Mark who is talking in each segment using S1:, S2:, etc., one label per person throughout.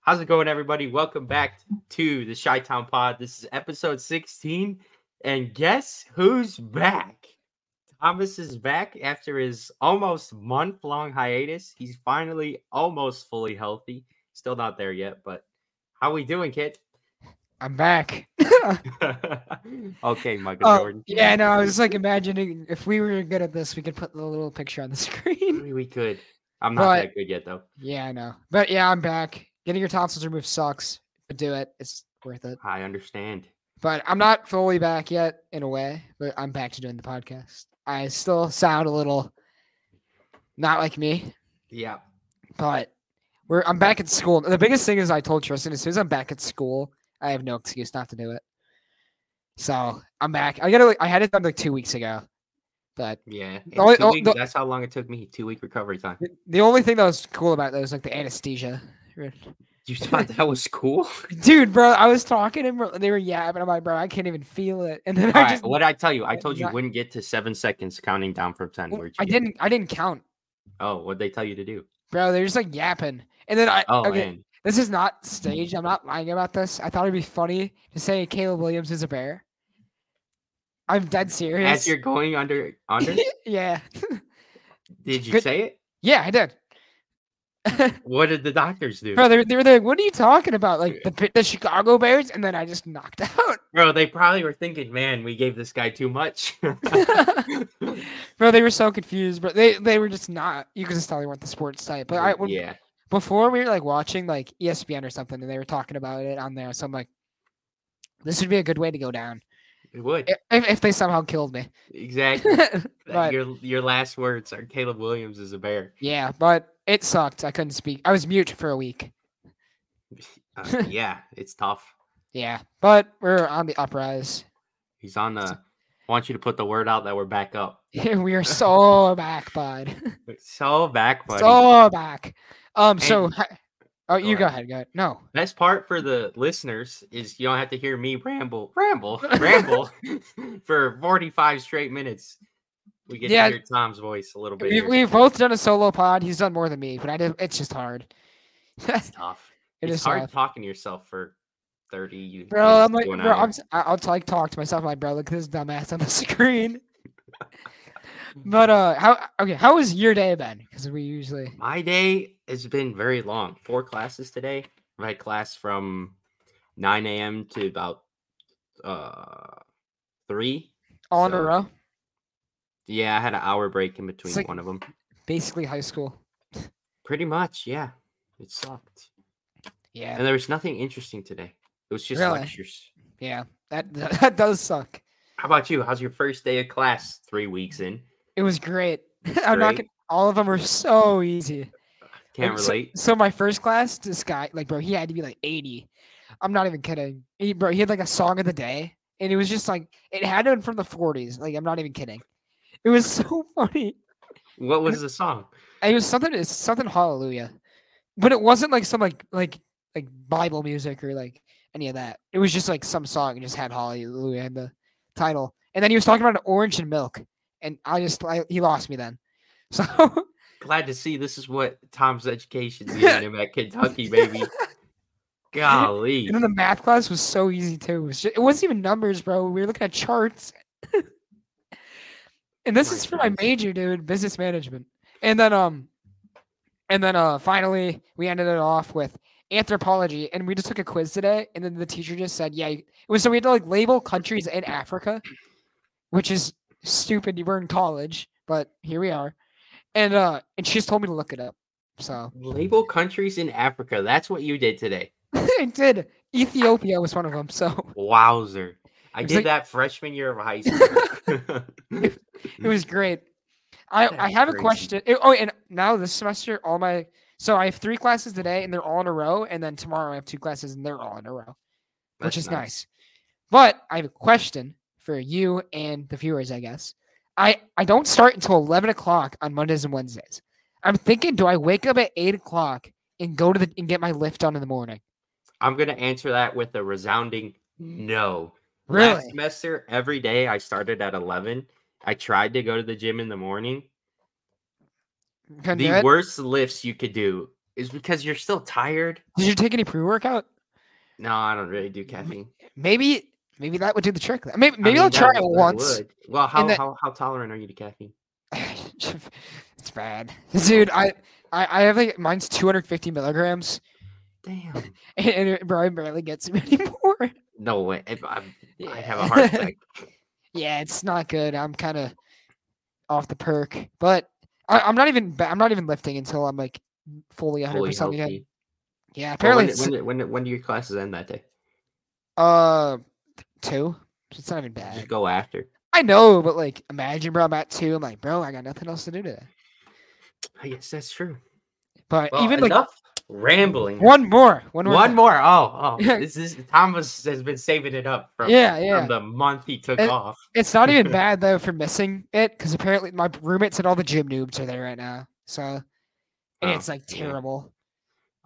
S1: How's it going, everybody? Welcome back to the Chi Town Pod. This is episode 16. And guess who's back? Thomas is back after his almost month long hiatus. He's finally almost fully healthy. Still not there yet, but how we doing, kid?
S2: I'm back.
S1: okay, Michael
S2: Oh,
S1: Jordan.
S2: yeah, no, I was like imagining if we were good at this, we could put the little picture on the screen.
S1: Maybe we could. I'm not
S2: But-
S1: that good yet, though.
S2: yeah, I know. But yeah, I'm back. Getting your tonsils removed sucks, but do it. It's worth it.
S1: I understand.
S2: But I'm not fully back yet in a way, but I'm back to doing the podcast. I still sound a little not like me,
S1: Yeah.
S2: but we're I'm back at school. The biggest thing is I told Tristan as soon as I'm back at school, I have no excuse not to do it. So I'm back. I gotta like I had it done like two weeks ago. But
S1: Yeah. and
S2: only-
S1: two
S2: oh,
S1: weeks,
S2: the-
S1: that's how long it took me. Two week recovery time.
S2: The- The only thing that was cool about that was like the anesthesia. Right.
S1: You thought that was cool?
S2: Dude, bro, I was talking and bro- they were yapping. I'm like, bro, I can't even feel it. And then
S1: All
S2: I
S1: right,
S2: just,
S1: what I tell you, I
S2: Yeah,
S1: told you
S2: not-
S1: wouldn't get to seven seconds counting down from ten.
S2: well,
S1: Where'd you
S2: I
S1: get?
S2: didn't, I didn't count,
S1: Oh, what'd they tell you to do?
S2: bro. They're just like yapping. And then I,
S1: Oh,
S2: okay,
S1: man.
S2: this is not staged. I'm not lying about this. I thought it'd be funny to say Caleb Williams is a bear. I'm dead serious.
S1: as you're going under under,
S2: yeah,
S1: did you
S2: Good-
S1: say it?
S2: yeah, I did.
S1: What did the doctors do?
S2: Bro, they, were- they were like, "What are you talking about? Like the Pi- the Chicago Bears?" And then I just knocked out.
S1: Bro, they probably were thinking, man, we gave this guy too much.
S2: bro, they were so confused, bro. They they were just not. You could just tell they weren't the sports type. But I when,
S1: yeah,
S2: before we were like watching like E ESPN or something, and they were talking about it on there. So I'm like, this would be a good way to go down
S1: it would
S2: i- if, if they somehow killed me.
S1: exactly.
S2: Eh, but-
S1: Your your last words are Caleb Williams is a bear.
S2: yeah, but it sucked. I couldn't speak. I was mute for a week.
S1: Uh, yeah, it's tough.
S2: Yeah, but we're on the uprise.
S1: He's on the. I want you to put the word out that we're back up.
S2: we are so back, bud.
S1: So back, buddy.
S2: so back. Um. So,
S1: And-
S2: hi- oh,
S1: go
S2: you go
S1: ahead.
S2: ahead. Go ahead. No.
S1: Best part for the listeners is you don't have to hear me ramble, ramble, ramble for 45 straight minutes. We get
S2: Yeah.
S1: to hear Tom's voice a little bit.
S2: We,
S1: here.
S2: we've both done a solo pod. He's done more than me, but I did, it's just hard.
S1: It's tough.
S2: It
S1: it's
S2: is
S1: hard
S2: tough.
S1: talking to yourself for 30 you-
S2: Bro,
S1: minutes
S2: I'm like,
S1: to an
S2: bro,
S1: hour.
S2: I'm, s- I- I'll like talk to myself. Like, bro, look at this dumbass on the screen. but uh, how okay? How was your day been? Because we usually
S1: My day has been very long. Four classes today. I had class from 9 a.m. to about uh 3.
S2: all in
S1: So,
S2: a row,
S1: Yeah, I had an hour break in between
S2: like-
S1: one of them.
S2: basically high school.
S1: Pretty much, yeah. It sucked.
S2: Yeah,
S1: And there was nothing interesting today. It was just
S2: Really?
S1: lectures.
S2: yeah, that that does suck.
S1: How about you? How's your first day of class? Three weeks in.
S2: It was great. I'm not.
S1: Great.
S2: Gonna, all of them were so easy.
S1: Can't
S2: Like, so-
S1: relate.
S2: So my first class, this guy, like, bro, he had to be like 80. I'm not even kidding. He, bro, he had like a song of the day, and it was just like it had to have been from the 40s. Like, I'm not even kidding. It was so funny.
S1: What was the song?
S2: And It was something. It's something Hallelujah, but it wasn't like some like like like Bible music or like any of that. It was just like some song and just had Hallelujah in the title. And then he was talking about an orange and milk, and I just I, he lost me then. So
S1: Glad to see this is what Tom's education's giving him at Kentucky, baby. Golly.
S2: And then the math class was so easy too. It, was just, it wasn't even numbers, bro. We were looking at charts. and this
S1: My
S2: is for my
S1: goodness.
S2: major, dude, business management. And then um and then uh finally we ended it off with anthropology and we just took a quiz today and then the teacher just said, "Yeah, you- it was so we had to like label countries in Africa, which is stupid. You were in college, but here we are." And uh and she just told me to look it up. So
S1: Label countries in Africa. That's what you did today.
S2: I did. Ethiopia was one of them. So
S1: Wowzer. I
S2: It's
S1: did
S2: like-
S1: that freshman year of high school.
S2: It was great. I, I
S1: That's
S2: have a
S1: crazy.
S2: question. eh, Oh, and now this semester, all my so I have three classes today, and they're all in a row. And then tomorrow I have two classes, and they're all in a row, which
S1: That's
S2: is nice. But I have a question for you and the viewers, I guess. I I don't start until eleven o'clock on Mondays and Wednesdays. I'm thinking, do I wake up at eight o'clock and go to the and get my lift done in the morning?
S1: I'm gonna answer that with a resounding no. Last
S2: Really?
S1: semester, every day I started at 11. I tried to go to the gym in the morning.
S2: Couldn't do
S1: the
S2: it?
S1: worst lifts you could do is because you're still tired.
S2: Did you take any pre workout?
S1: No, I don't really do caffeine.
S2: Maybe maybe that would do the trick. Maybe
S1: I
S2: maybe
S1: mean,
S2: I'll
S1: that
S2: try
S1: would-
S2: it
S1: that
S2: once.
S1: would. Well, how,
S2: that-
S1: how how tolerant are you to caffeine?
S2: it's bad, dude. I, I I have like mine's 250 milligrams,
S1: Damn.
S2: and it probably barely gets me anymore.
S1: No way. If I'm, I have a
S2: Yeah.
S1: heart attack.
S2: yeah, it's not good. I'm kind of off the perk, but I, I'm not even. ba- I'm not even lifting until I'm like fully 100
S1: Fully
S2: percent again.
S1: healthy.
S2: Yeah,
S1: Well,
S2: apparently.
S1: when,
S2: it's,
S1: when, when, when, do your classes end that day?
S2: uh, two. So It's not even bad.
S1: Just go after.
S2: I know, but like, imagine, bro. I'm at two. I'm like, bro, I got nothing else to do today.
S1: I guess that's true.
S2: But
S1: Well,
S2: even Mm. like
S1: enough rambling.
S2: one more, one more,
S1: One
S2: thing.
S1: more. Oh, oh.
S2: Yeah.
S1: This is Thomas has been saving it up from,
S2: Yeah, yeah.
S1: from the month he took
S2: And-
S1: off.
S2: It's not even bad though for missing it because apparently my roommates and all the gym noobs are there right now. So and
S1: Oh,
S2: it's like
S1: yeah.
S2: terrible.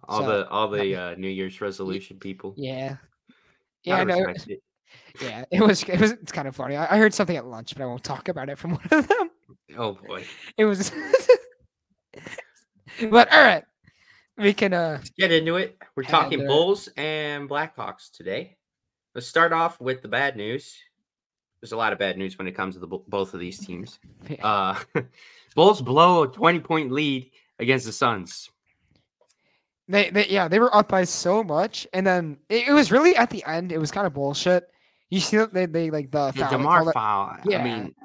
S1: All
S2: so,
S1: the all the
S2: yeah.
S1: uh, New Year's resolution people.
S2: Yeah. Yeah,
S1: I
S2: I know.
S1: respect it.
S2: Yeah, it was. It was. It's kind of funny. I, I heard something at lunch, but I won't talk about it from one of them.
S1: Oh boy.
S2: It was. but all right, we can. Uh,
S1: Let's get into it. We're
S2: Hell
S1: talking
S2: yeah.
S1: Bulls and Blackhawks today. Let's start off with the bad news. There's a lot of bad news when it comes to the bo- both of these teams.
S2: yeah.
S1: Uh, Bulls blow a 20 point lead against the Suns.
S2: they, they, yeah, they were up by so much, and then it, it was really at the end. It was kind of bullshit. You see that they, they like the
S1: The
S2: foul, they
S1: Demar
S2: called it-
S1: foul. I
S2: Yeah.
S1: mean,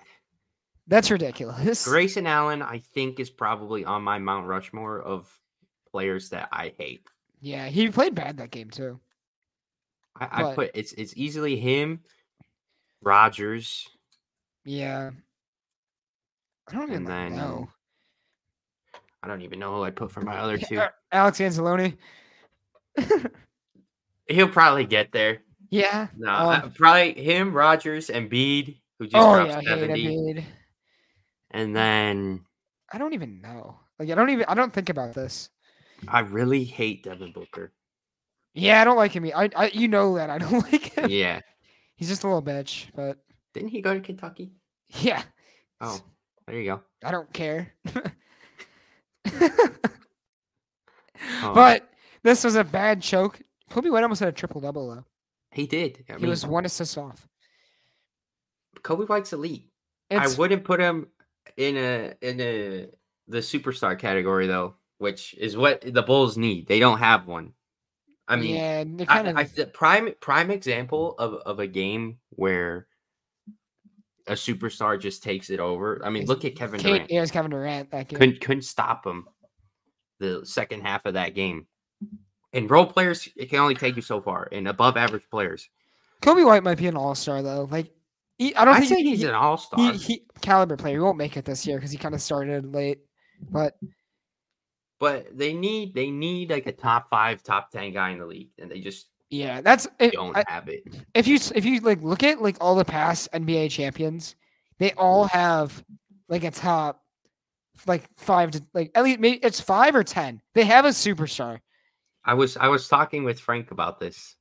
S2: That's ridiculous.
S1: Grayson Allen, I think, is probably on my Mount Rushmore of players that I hate.
S2: Yeah, he played bad that game too.
S1: I, I
S2: But-
S1: put it's it's easily him, Rogers.
S2: Yeah. I don't even
S1: And
S2: like,
S1: then um,
S2: know.
S1: I don't even know who I put for my other
S2: Yeah,
S1: two.
S2: uh, Alex Anzalone.
S1: He'll probably get there.
S2: Yeah.
S1: No,
S2: Um,
S1: I- probably him, Rogers, and Bede, who just
S2: oh
S1: dropped
S2: yeah, I hate
S1: seventy,
S2: Embiid.
S1: and then
S2: I don't even know. Like I don't even I don't think about this.
S1: I really hate Devin Booker.
S2: Yeah, I don't like him. e, I, I you know that I don't like him.
S1: yeah,
S2: He's just a little bitch, but
S1: didn't he go to Kentucky?
S2: yeah,
S1: Oh, there you go.
S2: I don't care.
S1: Um,
S2: But this was a bad choke. Kobe White almost had a triple double though.
S1: he did. I
S2: he
S1: mean,
S2: was one assist off.
S1: Kobe White's elite.
S2: It's,
S1: I wouldn't put him in a in a the superstar category though, which is what the Bulls need. They don't have one. I mean,
S2: yeah, they
S1: I-
S2: kind of
S1: I, the prime prime example of, of a game where a superstar just takes it over. I mean,
S2: Is
S1: look at Kevin
S2: Kate-
S1: Durant.
S2: Yeah, it's Kevin Durant that game.
S1: Couldn't couldn't stop him the second half of that game. And role players, it can only take you so far. And above average players,
S2: Kobe White might be an all star though. Like, he, I don't
S1: I
S2: think
S1: think
S2: he-
S1: he's
S2: he,
S1: an all star.
S2: he, he- caliber player. He won't make it this year because he kind of started late. But
S1: But they need they need like a top five, top ten guy in the league, and they just
S2: yeah, that's if,
S1: don't
S2: I-
S1: have it.
S2: if you s- if you like look at like all the past NBA champions, they all have like a top like five to like at least maybe it's five or ten. They have a superstar.
S1: I was I was talking with Frank about this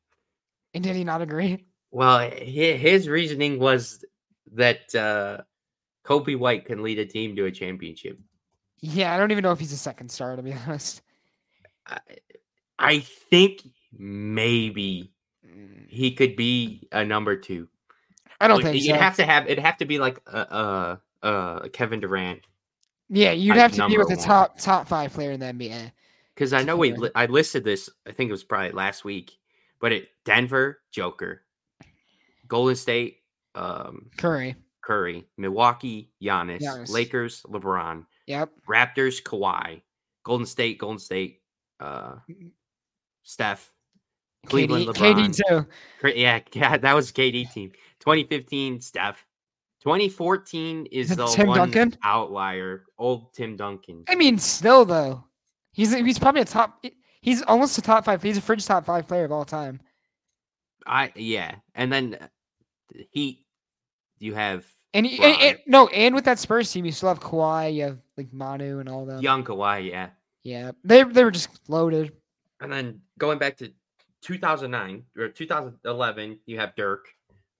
S2: And did he not agree?
S1: Well, hi- his reasoning was that uh, Kobe White can lead a team to a championship.
S2: Yeah, I don't even know if he's a second star to be honest.
S1: I think maybe
S2: Mm,
S1: he could be a number two.
S2: I don't
S1: Like,
S2: think
S1: you'd
S2: so.
S1: have to have it'd have to be like a, a, a Kevin Durant
S2: yeah, you'd
S1: like
S2: have to be with
S1: number
S2: the
S1: one.
S2: top top five player in the NBA.
S1: because I know we
S2: Yeah.
S1: li- I listed this. I think it was probably last week, but it Denver Joker, Golden State um,
S2: Curry.
S1: Curry, Milwaukee Giannis,
S2: Giannis.
S1: Lakers LeBron,
S2: Yep.
S1: Raptors, Kawhi, Golden State, Golden State, uh,
S2: Mm.
S1: Steph, Cleveland,
S2: KD,
S1: LeBron.
S2: KD too.
S1: Cra- Yeah, yeah, that was KD team. 2015, Steph. 2014 is
S2: Is it
S1: the
S2: Tim
S1: one
S2: Duncan?
S1: outlier. Old Tim Duncan.
S2: I mean, still though, he's he's probably a top. He's almost a top five. He's a fringe top five player of all time.
S1: I yeah, and then uh, the Heat. You have
S2: And, he, and,
S1: Right.
S2: and- no, and with that Spurs team, you still have Kawhi, you have like Manu and all them. Yeah,
S1: young Kawhi, yeah,
S2: they they were just loaded.
S1: and then going back to 2009 or 2011, you have Dirk.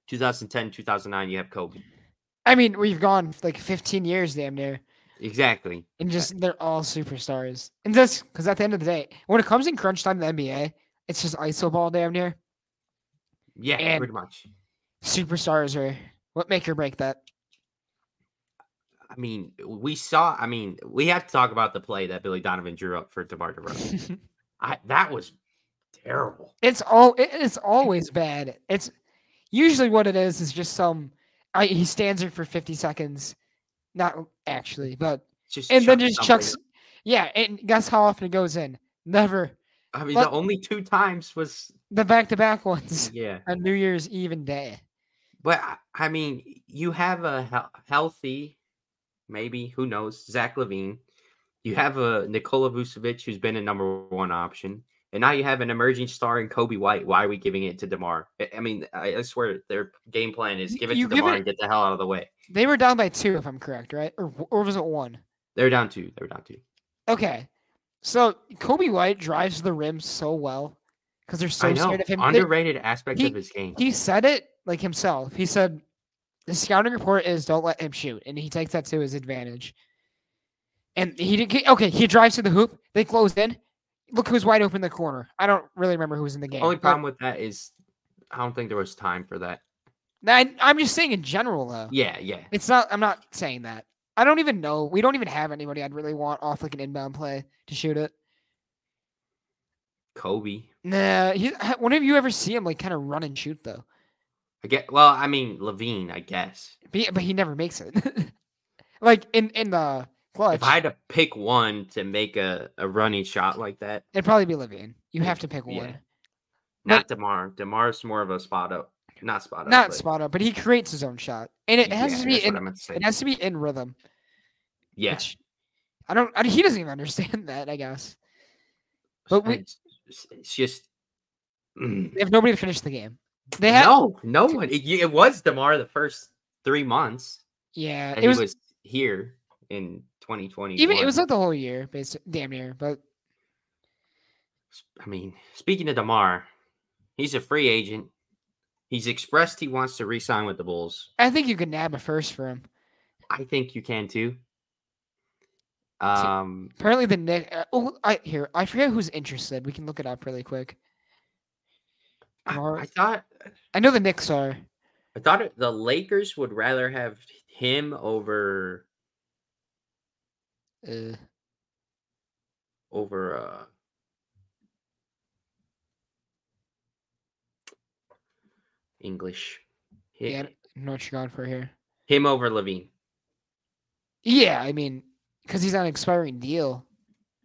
S1: 2010, 2009, you have Kobe.
S2: I mean, we've gone like 15 years damn near.
S1: exactly.
S2: and just they're all superstars. And this because at the end of the day, when it comes in crunch time in the NBA, it's just iso ball damn near.
S1: Yeah,
S2: And-
S1: pretty much.
S2: Superstars are what make or break that.
S1: I mean, we saw. I mean, we have to talk about the play that Billy Donovan drew up for DeMar DeRozan. I, that was terrible.
S2: it's all it, it's
S1: Mm-hmm.
S2: always bad. It's usually what it is is just some I, he stands there for fifty seconds, not actually, but
S1: Just
S2: and then
S1: chucking
S2: just
S1: somebody
S2: chucks.
S1: up.
S2: Yeah, and guess how often it goes in? Never.
S1: I mean,
S2: but-
S1: the only two times was
S2: The back to back ones
S1: yeah.
S2: on New Year's Eve and day.
S1: But I- I mean, you have a hel- healthy, maybe who knows, Zach Levine. You have a Nikola Vucevic who's been a number one option, and now you have an emerging star in Kobe White. Why are we giving it to Demar? I- I mean, I I swear their game plan is
S2: Y-
S1: give it
S2: you
S1: to
S2: give
S1: Demar
S2: it-
S1: and get the hell out of the way.
S2: They were down by two, if I'm correct, right? Or or was it one?
S1: They're down two. They're down two.
S2: Okay. So Kobe White drives to the rim so well because they're so
S1: I know
S2: scared of him. They-
S1: underrated aspect of his game.
S2: he said it like himself. He said the scouting report is don't let him shoot, and he takes that to his advantage. And he did he- okay. He drives to the hoop. They close in. Look who's wide open in the corner. I don't really remember who was in the game.
S1: Only
S2: but
S1: problem with that is I don't think there was time for that.
S2: I, I'm just saying in general though.
S1: Yeah, yeah.
S2: It's not. I'm not saying that. I don't even know. We don't even have anybody I'd really want off like an inbound play to shoot it.
S1: Kobe.
S2: Nah. He, ha- when have you ever see him like kind of run and shoot though?
S1: I get well, I mean Levine, I guess.
S2: But, he- but he never makes it. like in in the clutch.
S1: If I had to pick one to make a, a running shot like that,
S2: It'd probably be Levine. You
S1: Yeah,
S2: have to pick
S1: yeah.
S2: one. But-
S1: not Demar. Demar's more of a spot up, not spot up.
S2: Not
S1: but-
S2: spot up, but he creates his own shot, and it has
S1: yeah,
S2: to be
S1: that's what I
S2: in.
S1: meant to say.
S2: It has to be in rhythm.
S1: Yeah,
S2: Which I don't. I, he doesn't even understand that. I guess but we-
S1: it's, it's- it's just mm.
S2: they have nobody to finish the game. They have.
S1: no, no one. It, it was Demar the first three months,
S2: Yeah,
S1: and
S2: it was,
S1: he was here in 2020.
S2: even. It was like the whole year, basically, damn near. But
S1: I mean, speaking of Demar, he's a free agent. He's expressed he wants to re-sign with the Bulls.
S2: I think you could nab a first for him.
S1: I think you can too. Um,
S2: Apparently, the Nick. Uh, oh, I here. I forget who's interested. We can look it up really quick.
S1: I,
S2: Demar-
S1: I thought
S2: I know the Knicks are.
S1: I thought it, the Lakers would rather have him over
S2: Uh,
S1: over uh English. Hi-
S2: yeah, I don't know what you're going for here.
S1: Him over Levine.
S2: Yeah, I mean, because he's on an expiring deal.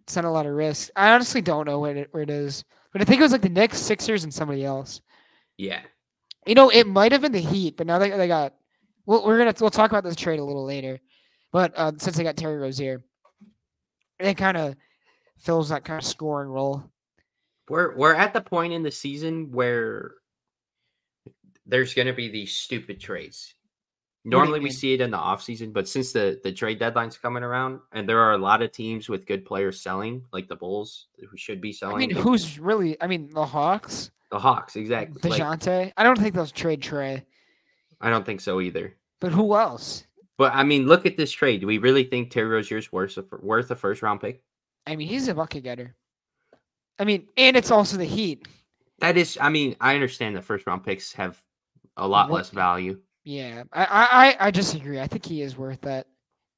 S2: It's not a lot of risk. I honestly don't know where it, where it is, but I think it was like the Knicks, Sixers, and somebody else.
S1: Yeah.
S2: You know, it might have been the Heat, but now they, they got. Well, we're gonna we'll talk about this trade a little later, but uh, since they got Terry Rozier, it kind of fills that kind of scoring role.
S1: We're we're at the point in the season where there's gonna be these stupid trades.
S2: do you
S1: Normally we
S2: mean?
S1: see it in the offseason, but since the, the trade deadline's coming around and there are a lot of teams with good players selling, like the Bulls, who should be
S2: I
S1: selling
S2: mean, who's really? I mean, the Hawks,
S1: the Hawks, exactly. Like,
S2: Dejounte. I don't think they'll trade Trey,
S1: I don't think so either.
S2: but who else?
S1: But I mean, look at this trade. Do we really think Terry Rozier's worth a, worth a first round pick?
S2: I mean, he's a bucket getter. I mean, and it's also the Heat.
S1: That is, I mean, I understand that first round picks have a lot
S2: What-
S1: less value.
S2: Yeah, I, I, I- I disagree. I think he is worth that.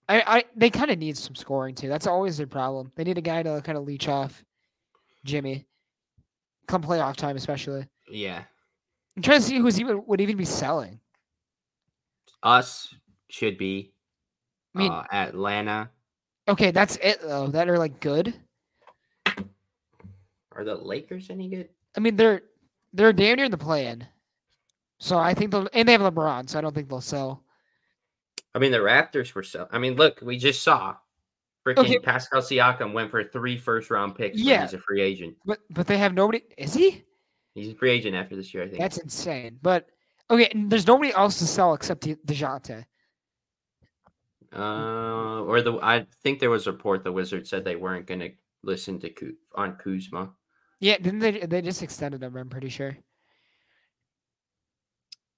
S2: I, I they kind of need some scoring too. That's always their problem. They need a guy to kind of leech off Jimmy, come playoff time especially.
S1: Yeah,
S2: I'm trying to see who's even would even be selling.
S1: us should be.
S2: I mean,
S1: uh, Atlanta
S2: okay, that's it though. That are like good.
S1: are the Lakers any good?
S2: I mean, they're they're damn near in the play-in, so I think they'll and they have LeBron, so I don't think they'll sell.
S1: I mean, the Raptors were so. I mean, look, we just saw freaking
S2: Okay.
S1: Pascal Siakam went for three first round picks. when
S2: Yeah.
S1: he's a free agent.
S2: But but they have nobody. Is he?
S1: He's a free agent after this year, I think.
S2: That's insane. But okay, and there's nobody else to sell except De- Dejounte.
S1: Uh, or the I think there was a report the Wizards said they weren't going to listen to Ku- on Kuzma.
S2: Yeah, didn't they? They just extended him. I'm pretty sure.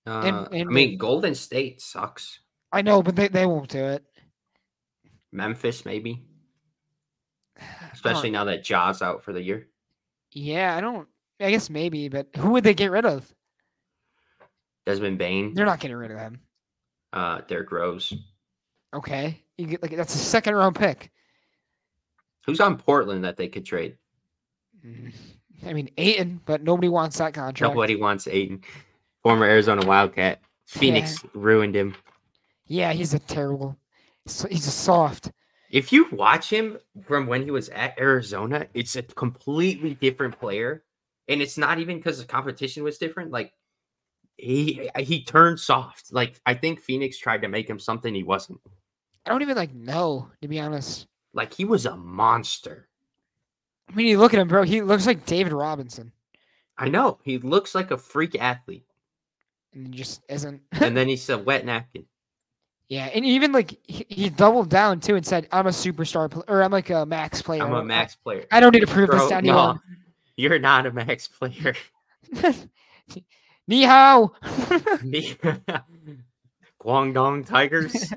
S1: Uh, I
S2: and
S1: mean,
S2: with-
S1: Uh, Golden State sucks.
S2: I know, but they, they won't do it.
S1: Memphis, maybe. Especially now that Jaws out for the year.
S2: Yeah, I don't. I guess maybe, but who would they get rid of?
S1: Desmond Bain,
S2: They're not getting rid of him.
S1: uh, Derrick Rose.
S2: Okay, you get like that's a second round pick.
S1: Who's on Portland that they could trade?
S2: Mm. I mean, Aiton, but nobody wants that contract.
S1: Nobody wants Aiden. Former Arizona Wildcat. Phoenix ruined him.
S2: Yeah, he's a terrible. so- He's a soft.
S1: If you watch him from when he was at Arizona, it's a completely different player, and it's not even because the competition was different. Like he he turned soft. Like I think Phoenix tried to make him something he wasn't.
S2: I don't even like know to be honest.
S1: Like he was a monster.
S2: I mean, you look at him, bro. He looks like David Robinson,
S1: I know he looks like a freak athlete,
S2: and he just isn't.
S1: and then he's a wet napkin.
S2: yeah, and even like he, he doubled down too and said, "I'm a superstar, pl- or I'm like a max player. I
S1: I'm a
S2: don't-
S1: max player.
S2: I don't need to prove
S1: Bro,
S2: this to
S1: no,
S2: anyone."
S1: you're not a max player.
S2: Ni hao.
S1: Me- Guangdong Tigers.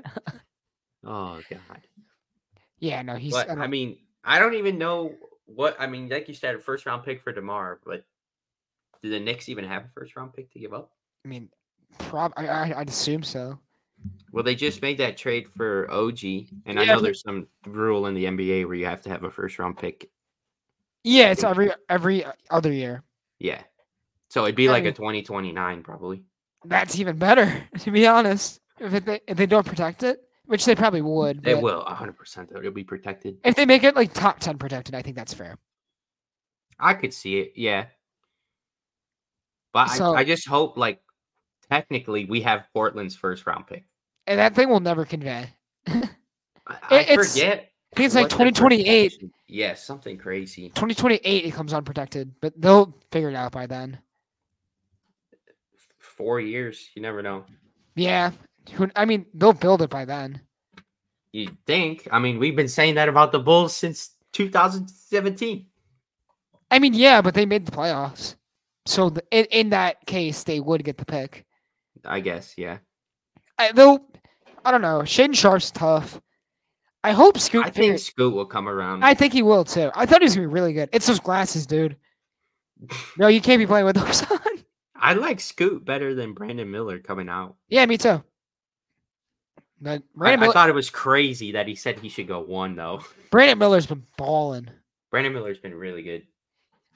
S1: oh God.
S2: yeah, no, he's.
S1: But
S2: I
S1: I
S2: don't-
S1: mean, I don't even know what I mean. Like you said, a first round pick for Demar, but do the Knicks even have a first round pick to give up?
S2: I mean, prob. I, I, I'd assume so.
S1: Well, they just made that trade for OG, and I
S2: Yeah,
S1: know
S2: but-
S1: there's some rule in the NBA where you have to have a first round pick.
S2: Yeah, it's
S1: think-
S2: every every other year.
S1: Yeah, so it'd be
S2: I
S1: like a
S2: mean-
S1: 2029 probably.
S2: That's even better, to be honest. If, it, if they don't protect it, which they probably would,
S1: They
S2: but
S1: will 100 percent though. It'll be protected.
S2: if they make it like top ten protected, I think that's fair.
S1: I could see it. Yeah, but
S2: So-
S1: I, I just hope like technically we have Portland's first round pick.
S2: And that thing will never convey.
S1: I, I
S2: It- it's-
S1: forget.
S2: I think it's like
S1: what their
S2: 2028.
S1: projection- Yeah, something crazy.
S2: 2028 it comes unprotected, but they'll figure it out by then.
S1: Four years. You never know.
S2: Yeah. Who, I mean, they'll build it by then.
S1: You think? I mean, we've been saying that about the Bulls since 2017.
S2: I mean, yeah, but they made the playoffs. So th in, in that case, they would get the pick.
S1: I guess. Yeah.
S2: I, they'll, I don't know. Shaden Sharp's tough. I hope Scoot
S1: I
S2: figure-
S1: think Scoot will come around.
S2: I think he will too. I thought he was gonna be really good. It's those glasses, dude. No, you can't be playing with those on.
S1: I like Scoot better than Brandon Miller coming out.
S2: yeah, me too. But
S1: I,
S2: Brandon,
S1: I
S2: Miller,
S1: thought it was crazy that he said he should go one though.
S2: Brandon Miller's been balling,
S1: Brandon Miller's been really good.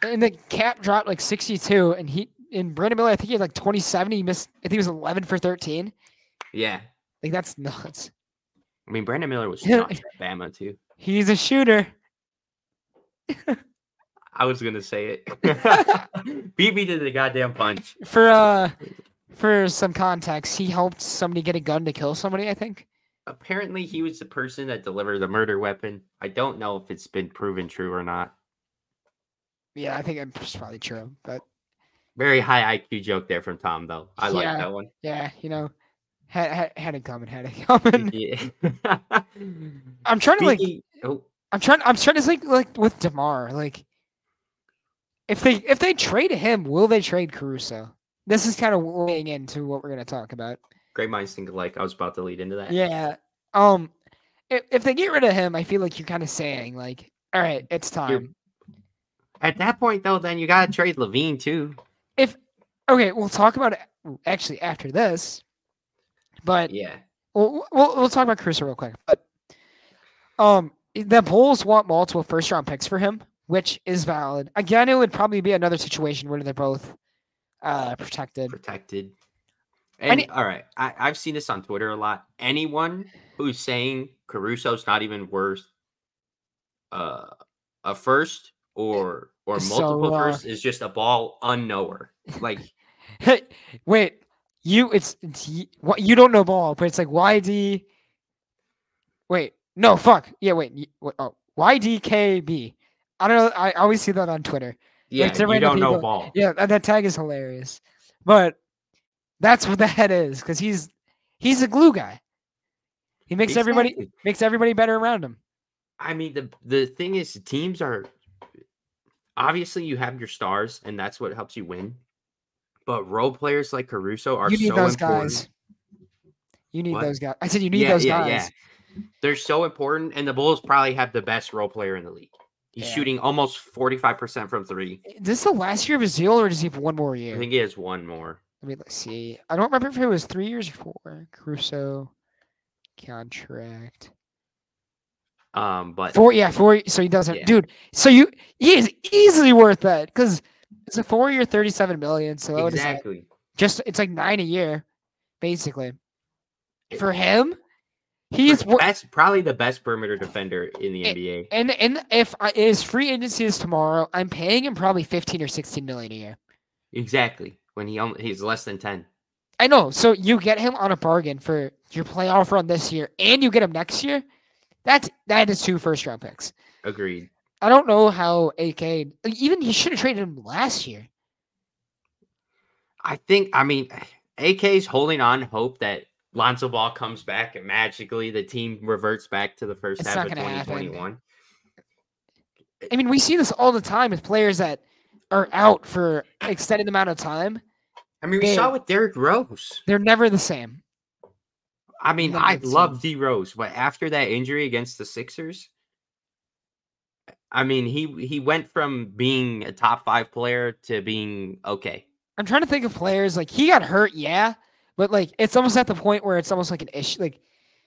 S2: and the cap dropped like sixty-two, and he and Brandon Miller, I think he had like twenty-seven. He missed. I think he was eleven for thirteen.
S1: Yeah.
S2: Like that's nuts.
S1: I mean, Brandon Miller was
S2: Yeah.
S1: nuts at Bama too.
S2: He's a shooter.
S1: I was gonna say it. Beat me to the goddamn punch.
S2: For uh, for some context, he helped somebody get a gun to kill somebody. I think.
S1: apparently he was the person that delivered the murder weapon. I don't know if it's been proven true or not.
S2: Yeah, I think it's probably true, but
S1: Very high IQ joke there from Tom though. I like
S2: Yeah.
S1: that one.
S2: yeah, you know, had had, had it coming, had it coming.
S1: Yeah.
S2: I'm trying to like
S1: Speaking- oh,
S2: I'm trying. I'm trying to think like with Demar. Like, if they if they trade him, will they trade Caruso? This is kind of weighing into what we're gonna talk about.
S1: great minds think alike. I was about to lead into that.
S2: Yeah. Um, if, if they get rid of him, I feel like you're kind of saying like, all right, it's time.
S1: At that point though, then you gotta trade Levine too.
S2: Okay, we'll talk about it actually after this, but
S1: Yeah.
S2: we'll we'll, we'll talk about Caruso real quick. But um, the Bulls want multiple first round picks for him, which is valid. Again, it would probably be another situation where they're both uh protected.
S1: Protected.
S2: I
S1: And
S2: need-
S1: all right, I, I've seen this on Twitter a lot. Anyone who's saying Caruso's not even worth uh, a first or or
S2: So,
S1: multiple
S2: uh,
S1: firsts is just a ball unknower. Like
S2: Hey, wait, you it's, it's y- what you don't know ball, but it's like YD. Wait, no, fuck. Yeah, wait, y- wait oh, YDKB. I don't know. I always see that on Twitter.
S1: yeah,
S2: it's a
S1: you
S2: random
S1: don't know
S2: people.
S1: ball.
S2: Yeah, that, that tag is hilarious, but that's what the head is because he's he's a glue guy. He makes everybody
S1: Exactly.
S2: makes everybody better around him.
S1: I mean the the thing is teams are obviously you have your stars and that's what helps you win. But role players like Caruso are
S2: you need
S1: so
S2: those
S1: important.
S2: guys. You need
S1: What?
S2: those guys. I said you need
S1: yeah,
S2: those
S1: yeah,
S2: guys.
S1: yeah. They're so important, and the Bulls probably have the best role player in the league. He's
S2: Yeah.
S1: shooting almost forty five percent from three.
S2: This is the last year of his deal, or does he have one more
S1: I
S2: year?
S1: think he has one more.
S2: Let me let's see. I don't remember if it was three years or four. Caruso contract.
S1: Um, but
S2: Four, yeah, four. So he doesn't,
S1: Yeah.
S2: dude. So you, he is easily worth that because it's a four-year, thirty-seven million. So that would exactly.
S1: exactly,
S2: just it's like nine a year, basically.
S1: It-
S2: For him, he's wor-
S1: best, probably the best perimeter defender in the
S2: It-
S1: NBA.
S2: and and if I, his free agency is tomorrow, I'm paying him probably fifteen or sixteen million a year.
S1: Exactly when he only, he's less than ten.
S2: I know. So you get him on a bargain for your playoff run this year, and you get him next year. That's that is two first round picks.
S1: Agreed.
S2: I don't know how AK even he should have traded him last year.
S1: I think. I mean, AK's holding on hope that Lonzo Ball comes back and magically the team reverts back to the first
S2: It's
S1: half
S2: not
S1: of
S2: gonna
S1: twenty
S2: happen.
S1: twenty one.
S2: I mean, we see this all the time with players that are out for extended amount of time.
S1: I mean, we saw
S2: Yeah.
S1: with Derrick Rose.
S2: They're never the same.
S1: I mean,
S2: Yeah,
S1: I
S2: that's
S1: love D Rose, but after that injury against the Sixers, I mean, he he went from being a top five player to being okay.
S2: I'm trying to think of players like he got hurt, yeah, but like it's almost at the point where it's almost like an issue. Like,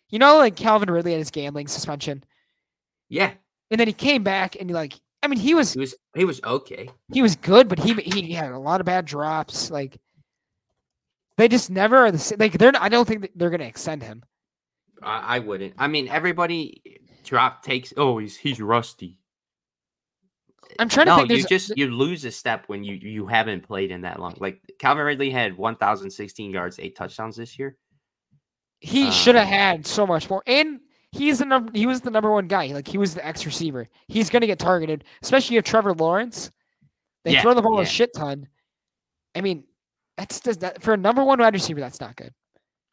S2: you know, like Calvin Ridley had his gambling suspension,
S1: Yeah,
S2: and then he came back and like, I mean, he was
S1: he was he was okay.
S2: he was good, but he he had a lot of bad drops. Like, they just never are the same. Like, they're not, I don't think that they're gonna extend him.
S1: I, I wouldn't. I mean, everybody eh, drop takes. Oh, he's he's rusty.
S2: I'm trying to
S1: no,
S2: think.
S1: you
S2: There's,
S1: just you lose a step when you you haven't played in that long. Like Calvin Ridley had 1,016 yards, eight touchdowns this year.
S2: he should have
S1: um,
S2: had so much more, and he's the number. He was the number one guy. Like, he was the X receiver. He's gonna get targeted, especially if Trevor Lawrence. They
S1: Yeah,
S2: throw the ball a
S1: yeah.
S2: shit ton. I mean, that's does that for a number one wide receiver. That's not good.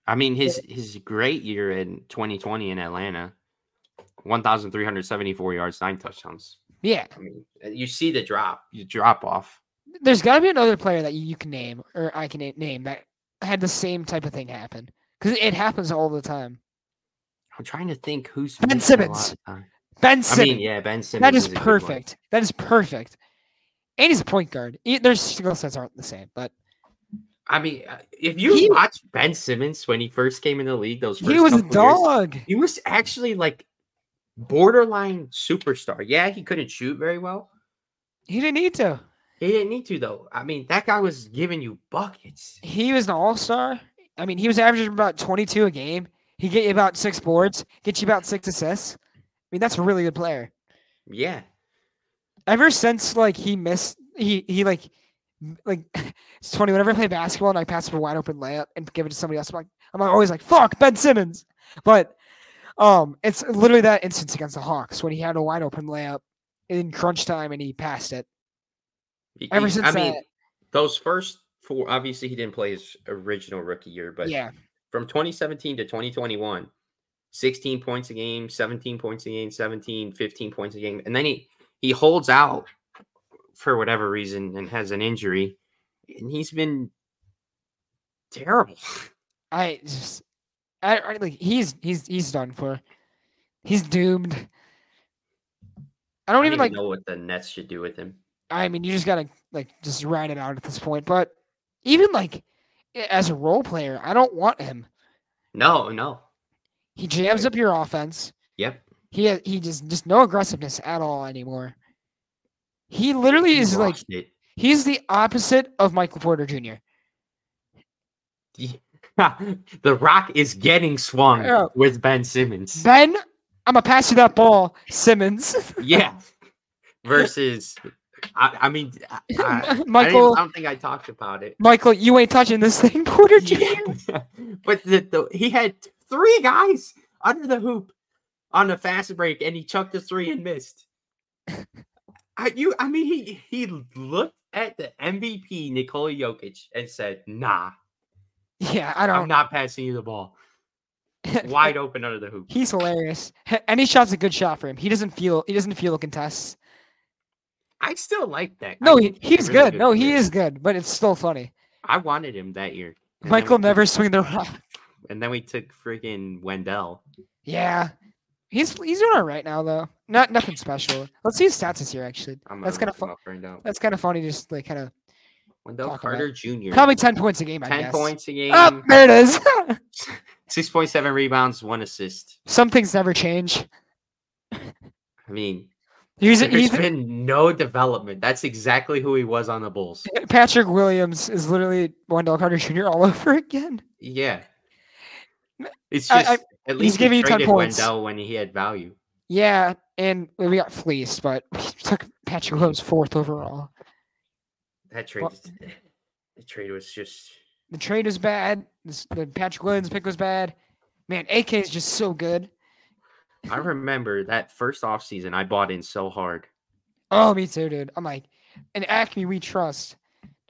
S1: I mean, his his great year in 2020 in Atlanta, 1,374 yards, nine touchdowns.
S2: Yeah,
S1: I mean, uh, you see the drop, you drop off.
S2: there's got to be another player that you can name or I can na- name that had the same type of thing happen because it happens all the time.
S1: I'm trying to think who's
S2: Ben
S1: missed a lot
S2: Simmons.
S1: of time.
S2: Ben
S1: I
S2: Simmons.
S1: mean, yeah, Ben Simmons.
S2: that is
S1: a good one.
S2: perfect. That is perfect. And he's a point guard. E- Their skill sets aren't the same, but
S1: I mean, uh, if you
S2: He-
S1: watch Ben Simmons when he first came in the league, those first
S2: he was a
S1: couple years,
S2: dog.
S1: he was actually like borderline superstar. Yeah, he couldn't shoot very well.
S2: He didn't need to.
S1: He didn't need to though. I mean, that guy was giving you buckets.
S2: He was an all star. I mean, he was averaging about 22 a game. He get you about six boards, get you about six assists. I mean, that's a really good player.
S1: Yeah,
S2: ever since like he missed he he like m- like it's funny whenever I play basketball and I pass up a wide open layup and give it to somebody else, I'm like I'm always like fuck Ben Simmons. But um it's literally that instance against the Hawks when he had a wide open layup in crunch time and he passed it.
S1: He-
S2: Ever
S1: he-
S2: since
S1: I mean,
S2: that-
S1: those first four. Obviously, he didn't play his original rookie year, but
S2: yeah.
S1: from 2017 to 2021 16 points a game 17 points a game 17 15 points a game and then he he holds out for whatever reason and has an injury and he's been terrible
S2: I just I, I like he's he's he's done for. He's doomed. I don't
S1: i don't
S2: even like
S1: know what the nets should do with him
S2: I mean, you just gotta like just ride it out at this point. But even like a- as a role player, I don't want him.
S1: no no
S2: He jams
S1: Right.
S2: up your offense.
S1: yep
S2: He ha- he just just no aggressiveness at all anymore. He literally
S1: he
S2: is like
S1: lost it.
S2: he's the opposite of Michael Porter Jr.
S1: the rock is getting swung
S2: Yeah.
S1: with ben simmons
S2: Ben, I'm gonna pass you that ball, Simmons.
S1: yeah versus i, I mean I, I, I didn't-
S2: Michael,
S1: I don't think i talked about it
S2: Michael, you ain't touching this thing, Porter Jr.
S1: Yeah. but the, the, he had three guys under the hoop on the fast break, and he chucked a three and missed. I you, I mean, he he looked at the MVP Nikola Jokic and said, "Nah,
S2: Yeah, I
S1: I'm
S2: don't.
S1: not passing you the ball." Wide open under the hoop.
S2: He's hilarious. Any shot's a good shot for him. He doesn't feel he doesn't feel contests.
S1: I still like that. guy.
S2: No,
S1: I
S2: he,
S1: think a
S2: he's
S1: really
S2: good. No, he
S1: player.
S2: is good, but it's still funny.
S1: I wanted him that year. and then
S2: Michael
S1: we took-
S2: never swing the rock.
S1: And then we took freaking Wendell.
S2: Yeah, He's he's doing all right now though. Not nothing special. Let's see his stats this year actually.
S1: I'm
S2: That's
S1: gonna
S2: kinda
S1: look him up right now.
S2: That's kind of funny. Just like kind of
S1: Wendell
S2: talk about
S1: Carter Jr.
S2: probably ten points a game. I
S1: ten
S2: guess.
S1: points a game,
S2: Oh, there it is.
S1: six point seven rebounds, one assist.
S2: Some things never change.
S1: I mean,
S2: He's,
S1: there's
S2: he's
S1: been no development. That's exactly who he was on the Bulls.
S2: Patrick Williams is literally Wendell Carter Jr. all over again.
S1: Yeah,
S2: M-
S1: it's
S2: I- I-
S1: just at least he
S2: giving you 10
S1: traded
S2: points.
S1: Wendell when he had value.
S2: Yeah, and we got fleeced, but we took Patrick Williams fourth overall.
S1: That trade,
S2: Well-
S1: is- the trade was just
S2: The trade was bad. This, the Patrick Williams pick was bad. Man, AK is just so good.
S1: I remember that first offseason, I bought in so hard.
S2: Oh, me too, dude. I'm like, and Acme, we trust.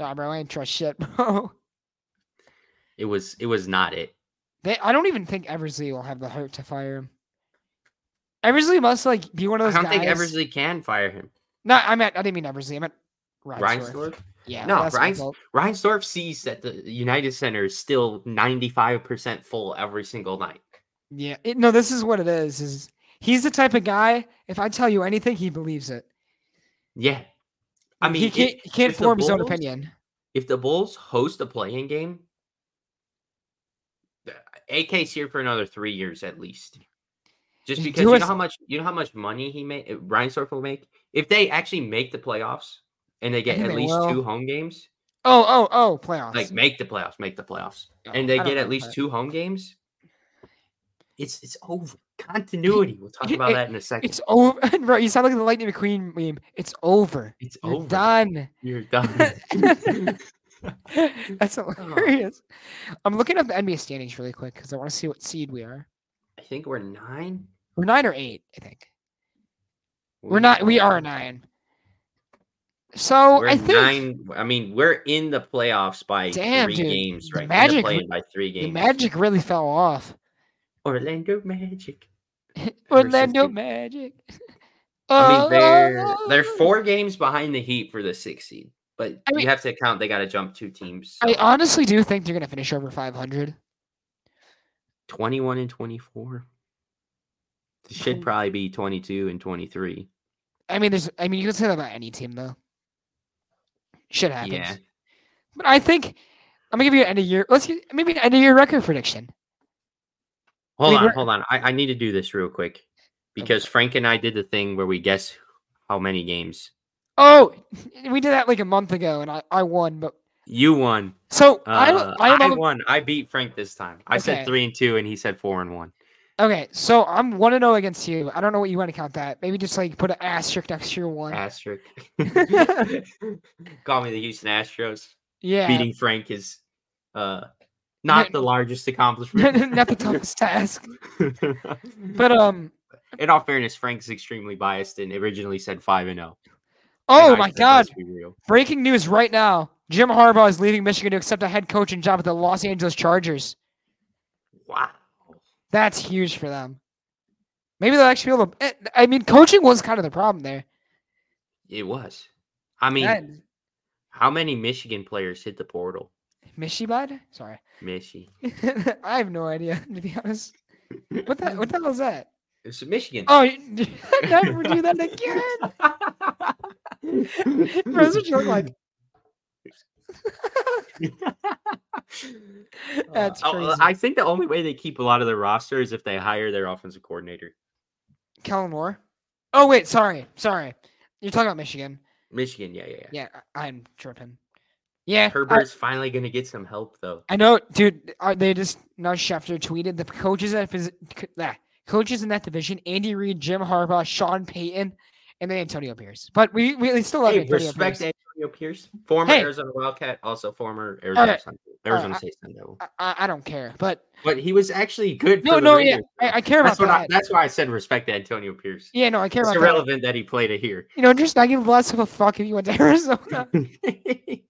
S2: Nah, bro, I ain't trust shit, bro.
S1: It was it was not it.
S2: They, I don't even think Eversley will have the heart to fire him. Eversley must like be one of
S1: I
S2: those
S1: don't
S2: guys.
S1: think Eversley can fire him.
S2: No, I meant I didn't mean Eversley. I meant Reinsdorf.
S1: Reinsdorf?
S2: Yeah,
S1: No,
S2: that's my
S1: Reins-
S2: fault.
S1: Reinsdorf sees that the United Center is still 95% full every single night.
S2: Yeah, it, no, this is what it is. Is he's the type of guy. If I tell you anything, he believes it.
S1: Yeah. I mean,
S2: he
S1: if-
S2: can't, he can't
S1: if the
S2: form his own
S1: Bulls-
S2: opinion.
S1: if the Bulls host a playing game, the- AK's here for another three years at least. Just
S2: Y-
S1: because
S2: do
S1: you
S2: us-
S1: know how much you know how much money he made Reinsdorf will make if they actually make the playoffs and they get
S2: think
S1: at
S2: they
S1: least
S2: will.
S1: two home games.
S2: Oh, oh, oh, playoffs.
S1: like make the playoffs, make the playoffs,
S2: No,
S1: and they
S2: I don't
S1: get at
S2: think
S1: least
S2: that-
S1: two home games. It's it's over continuity. We'll talk about
S2: it-
S1: that in a second.
S2: It's over, bro. You sound like the Lightning McQueen meme. It's over.
S1: It's
S2: You're
S1: over.
S2: done.
S1: You're done.
S2: That's hilarious. I'm looking up the NBA standings really quick because I want to see what seed we are.
S1: I think we're nine.
S2: We're nine or eight, I think. We're not. We are nine. So
S1: We're
S2: I think
S1: nine. I mean, we're in the playoffs by
S2: Damn,
S1: three
S2: dude.
S1: games,
S2: The
S1: right? in the
S2: Magic
S1: play-in by three
S2: the
S1: games.
S2: Magic really fell off.
S1: Orlando Magic. Ever since
S2: Orlando
S1: they-
S2: Magic.
S1: I mean, they're they're
S2: Oh.
S1: four games behind the Heat for the six seed, but
S2: I mean-
S1: you have to count they got to jump two teams.
S2: I
S1: so
S2: honestly do think they're gonna finish over 500.
S1: Twenty-one and twenty-four. It should
S2: Twen-
S1: probably be twenty-two and twenty-three.
S2: I mean, there's. I mean, you can say that about any team though. Shit happens.
S1: Yeah.
S2: But I think I'm gonna give you an end of year. Let's get, maybe an end of year record prediction.
S1: Hold
S2: We
S1: on,
S2: were-
S1: hold on. I, I need to do this real quick because Frank and I did the thing where we guess how many games.
S2: Oh, we did that like a month ago, and I, I won. But
S1: You won.
S2: so
S1: Uh,
S2: I
S1: I,
S2: I, I
S1: won. I beat Frank this time. I
S2: Okay.
S1: said three and two, and he said four and one.
S2: okay. So I'm one to zero against you. I don't know what you want to count that. Maybe just like put an asterisk next to your one.
S1: Asterisk. Call me the Houston Astros.
S2: yeah,
S1: Beating Frank is uh, not the largest accomplishment.
S2: not the toughest task.
S1: but
S2: But um,
S1: in all fairness, Frank's extremely biased and originally said five and zero.
S2: oh
S1: And I
S2: my
S1: said,
S2: God!
S1: let's be real.
S2: Breaking news right now: Jim Harbaugh is leaving Michigan to accept a head coaching job at the Los Angeles Chargers.
S1: Wow.
S2: That's huge for them. Maybe they'll actually be able to. eh, I mean, coaching was kind of the problem there.
S1: It was. I mean,
S2: That-
S1: How many Michigan players hit the portal?
S2: Mishibud? Sorry.
S1: Michi.
S2: I have no idea, to be honest. What the, what the hell is that?
S1: It's Michigan.
S2: Oh, you- never do that again. Bro, that's what you look like. That's
S1: Uh,
S2: crazy.
S1: I think the only way they keep a lot of their roster is if they hire their offensive coordinator.
S2: Kellen Moore? Oh, wait. Sorry. Sorry. You're talking about Michigan.
S1: Michigan, yeah, yeah, yeah.
S2: Yeah, I- I'm tripping. Yeah. I,
S1: Herbert's finally going to get some help, though.
S2: I know, dude. Are they just now? Schefter tweeted the coaches at phys- c- nah, coaches in that division: Andy Reid, Jim Harbaugh, Sean Payton, and then Antonio Pierce. But we we, we still love
S1: Hey,
S2: Antonio
S1: respect
S2: Pierce.
S1: Antonio Pierce, former
S2: Hey.
S1: Arizona Wildcat, also former Arizona,
S2: right.
S1: Sun, Arizona
S2: I-
S1: State Sun Devil.
S2: I- I, I don't care, but
S1: But he was actually good.
S2: no,
S1: for the
S2: no, yeah,
S1: Raiders,
S2: I,
S1: though.
S2: I care about
S1: that's what. I,
S2: that.
S1: that's why I said respect Antonio Pierce.
S2: yeah, no, I care
S1: It's
S2: about that.
S1: irrelevant that he played it here.
S2: You know, just I give less of a fuck if you went to Arizona.
S1: I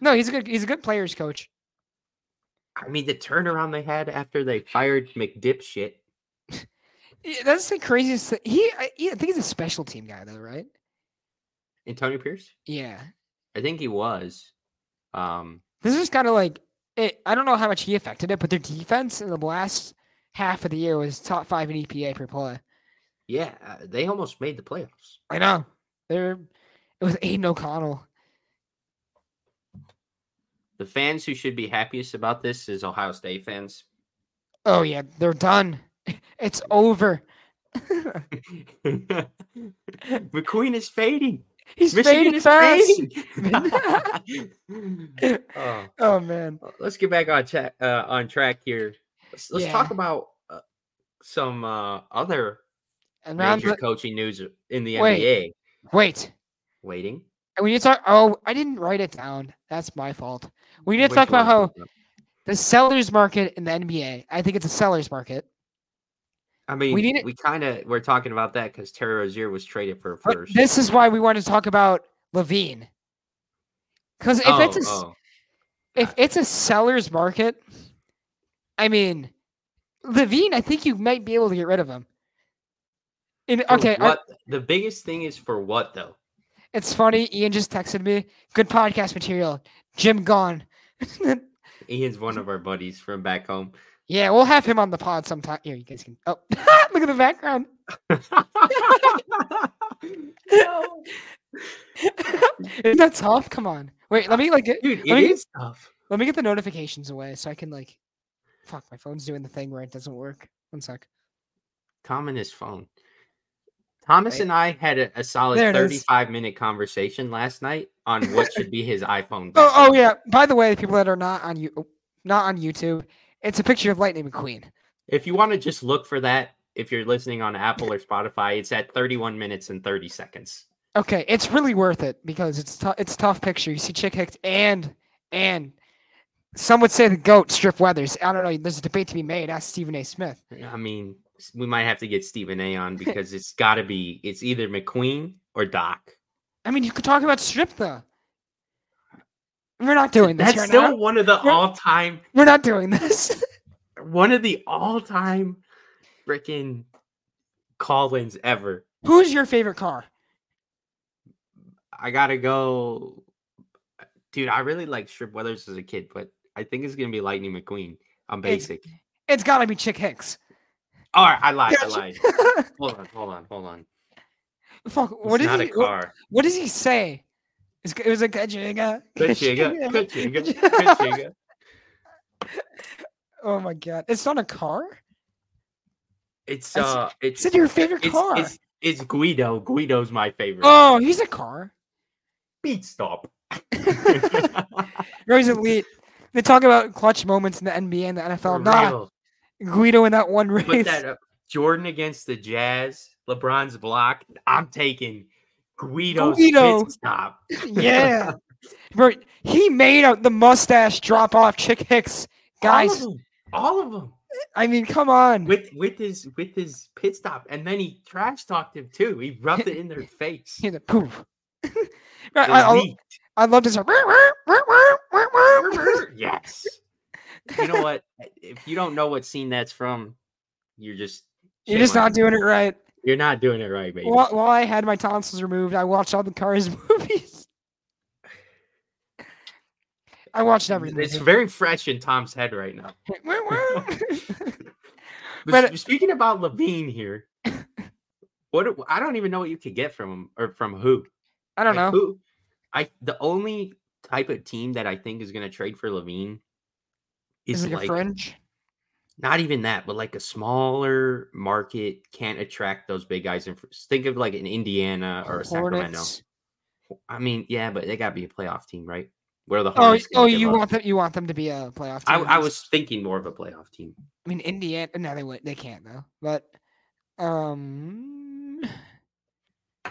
S2: no, he's a good, he's a good players coach.
S1: mean, the turnaround they had after they fired McDipshit.
S2: Yeah, that's the craziest. Thing. He, I, he- I think he's a special team guy though, right?
S1: Antonio Pierce?
S2: Yeah,
S1: I think he was. Um,
S2: this is kind of like it, I don't know how much he affected it, but their defense in the last half of the year was top five in EPA per play.
S1: Yeah, uh, they almost made the playoffs.
S2: I know. They're it was Aiden O'Connell.
S1: The fans who should be happiest about this is Ohio State fans.
S2: Oh yeah, they're done. It's over.
S1: McQueen is fading.
S2: He's
S1: Michigan
S2: fading
S1: is
S2: fast.
S1: fading. oh,
S2: Oh man.
S1: let's get back on track. Uh, on track here. Let's, let's talk
S2: Yeah.
S1: about uh, some uh, other
S2: And round
S1: major
S2: the,
S1: coaching news in the
S2: Wait.
S1: NBA.
S2: wait.
S1: Waiting.
S2: And we need to talk oh, I didn't write it down. That's my fault. We need to talk about how the sellers market in the NBA. I think it's a sellers market.
S1: I mean, we,
S2: we need to-
S1: kind of we're talking about that because Terry Rozier was traded for a
S2: But
S1: first.
S2: this is why we want to talk about Levine. Because if
S1: oh,
S2: it's a s-
S1: oh.
S2: if it's a seller's market, I mean, Levine, I think you might be able to get rid of him. In,
S1: For
S2: okay, I-
S1: what, the biggest thing is for what though?
S2: it's funny. Ian just texted me. Good podcast material. Jim gone.
S1: Ian's one of our buddies from back home.
S2: yeah, we'll have him on the pod sometime. Here, you guys can. Oh, look at the background.
S1: No.
S2: Isn't that tough? Come on. Wait, let me like get,
S1: Dude, it is
S2: Let me-
S1: tough.
S2: let me get the notifications away so I can like. Fuck, my phone's doing the thing where it doesn't work. One sec.
S1: Tom and his phone. Thomas
S2: Wait.
S1: and I had a, a solid
S2: There it is.
S1: 35 minute conversation last night on what should be his iPhone.
S2: Oh, oh
S1: background.
S2: yeah. By the way, the people that are not on you, not on YouTube, it's a picture of Lightning McQueen.
S1: If you want to just look for that, if you're listening on Apple or Spotify, it's at 31 minutes and 30 seconds.
S2: Okay, it's really worth it because it's tou- it's a tough picture. You see Chick Hicks and and some would say the goat Strip Weathers. I don't know. There's a debate to be made. Ask Stephen A. Smith.
S1: I mean, s- we might have to get Stephen A on because it's got to be it's either McQueen or Doc.
S2: I mean, you could talk about Strip though. We're not doing this.
S1: That's
S2: right
S1: still
S2: now.
S1: one of the
S2: We're-
S1: all time,
S2: We're not doing this.
S1: one of the all time freaking call ins ever.
S2: Who's your favorite car?
S1: I gotta go, uh, dude. I really like Strip Weathers as a kid, but I think it's gonna be Lightning McQueen. I'm
S2: It's-
S1: basic.
S2: It's gotta be Chick Hicks.
S1: All right, I lied. I
S2: Gotcha.
S1: lied. Hold on, hold on, hold on.
S2: Fuck.
S1: What
S2: What
S1: is
S2: did
S1: not
S2: he?
S1: a
S2: What,
S1: car.
S2: what does he say? It's, it was a good jigga.
S1: Good Kachiga, good Kachiga.
S2: Oh my god. It's not a car?
S1: It's
S2: I s-
S1: uh,
S2: Is
S1: it's
S2: it your favorite
S1: it's,
S2: car?
S1: It's, it's Guido. Guido's my favorite.
S2: oh, he's a car.
S1: beat stop.
S2: No, he's elite. They talk about clutch moments in the NBA and the
S1: For
S2: NFL. Nah,
S1: real.
S2: Guido in that one
S1: Put
S2: race.
S1: that up. Jordan against the Jazz, LeBron's block. I'm taking Guido's
S2: Guido.
S1: pit stop.
S2: yeah. Bro, he made out the mustache drop off Chick Hicks. Guys,
S1: all of them, all of them.
S2: I mean, come on.
S1: with with his with his pit stop, and then he trash talked him too. He rubbed it in their face.
S2: He's a poof. I,
S1: It
S2: I, I-
S1: leaked.
S2: I love this.
S1: yes. You know what? If you don't know what scene that's from, you're just
S2: You're
S1: shame
S2: just
S1: on
S2: not
S1: you.
S2: doing it right.
S1: You're not doing it right, baby.
S2: While, while I had my tonsils removed, I watched all the Cars movies. I watched every movie.
S1: it's very fresh in Tom's head right now.
S2: Woo, woo.
S1: But,
S2: But-
S1: s- speaking about Levine here, what do- I don't even know what you could get from him or from who.
S2: I don't
S1: Like,
S2: know.
S1: Who, I the only type of team that I think is going to trade for Levine
S2: Is
S1: is
S2: it
S1: like
S2: a fringe?
S1: not even that, but like a smaller market can't attract those big guys. And think of like an Indiana or a Sacramento.
S2: Hornets?
S1: I mean, yeah, but they got to be a playoff team, right? Where are the
S2: Oh,
S1: Hornets? gonna
S2: oh,
S1: give
S2: you
S1: up?
S2: want them? You want them to be a playoff
S1: I,
S2: team?
S1: I was thinking more of a playoff team.
S2: I mean, Indiana. No, they would. They can't though. But, um, I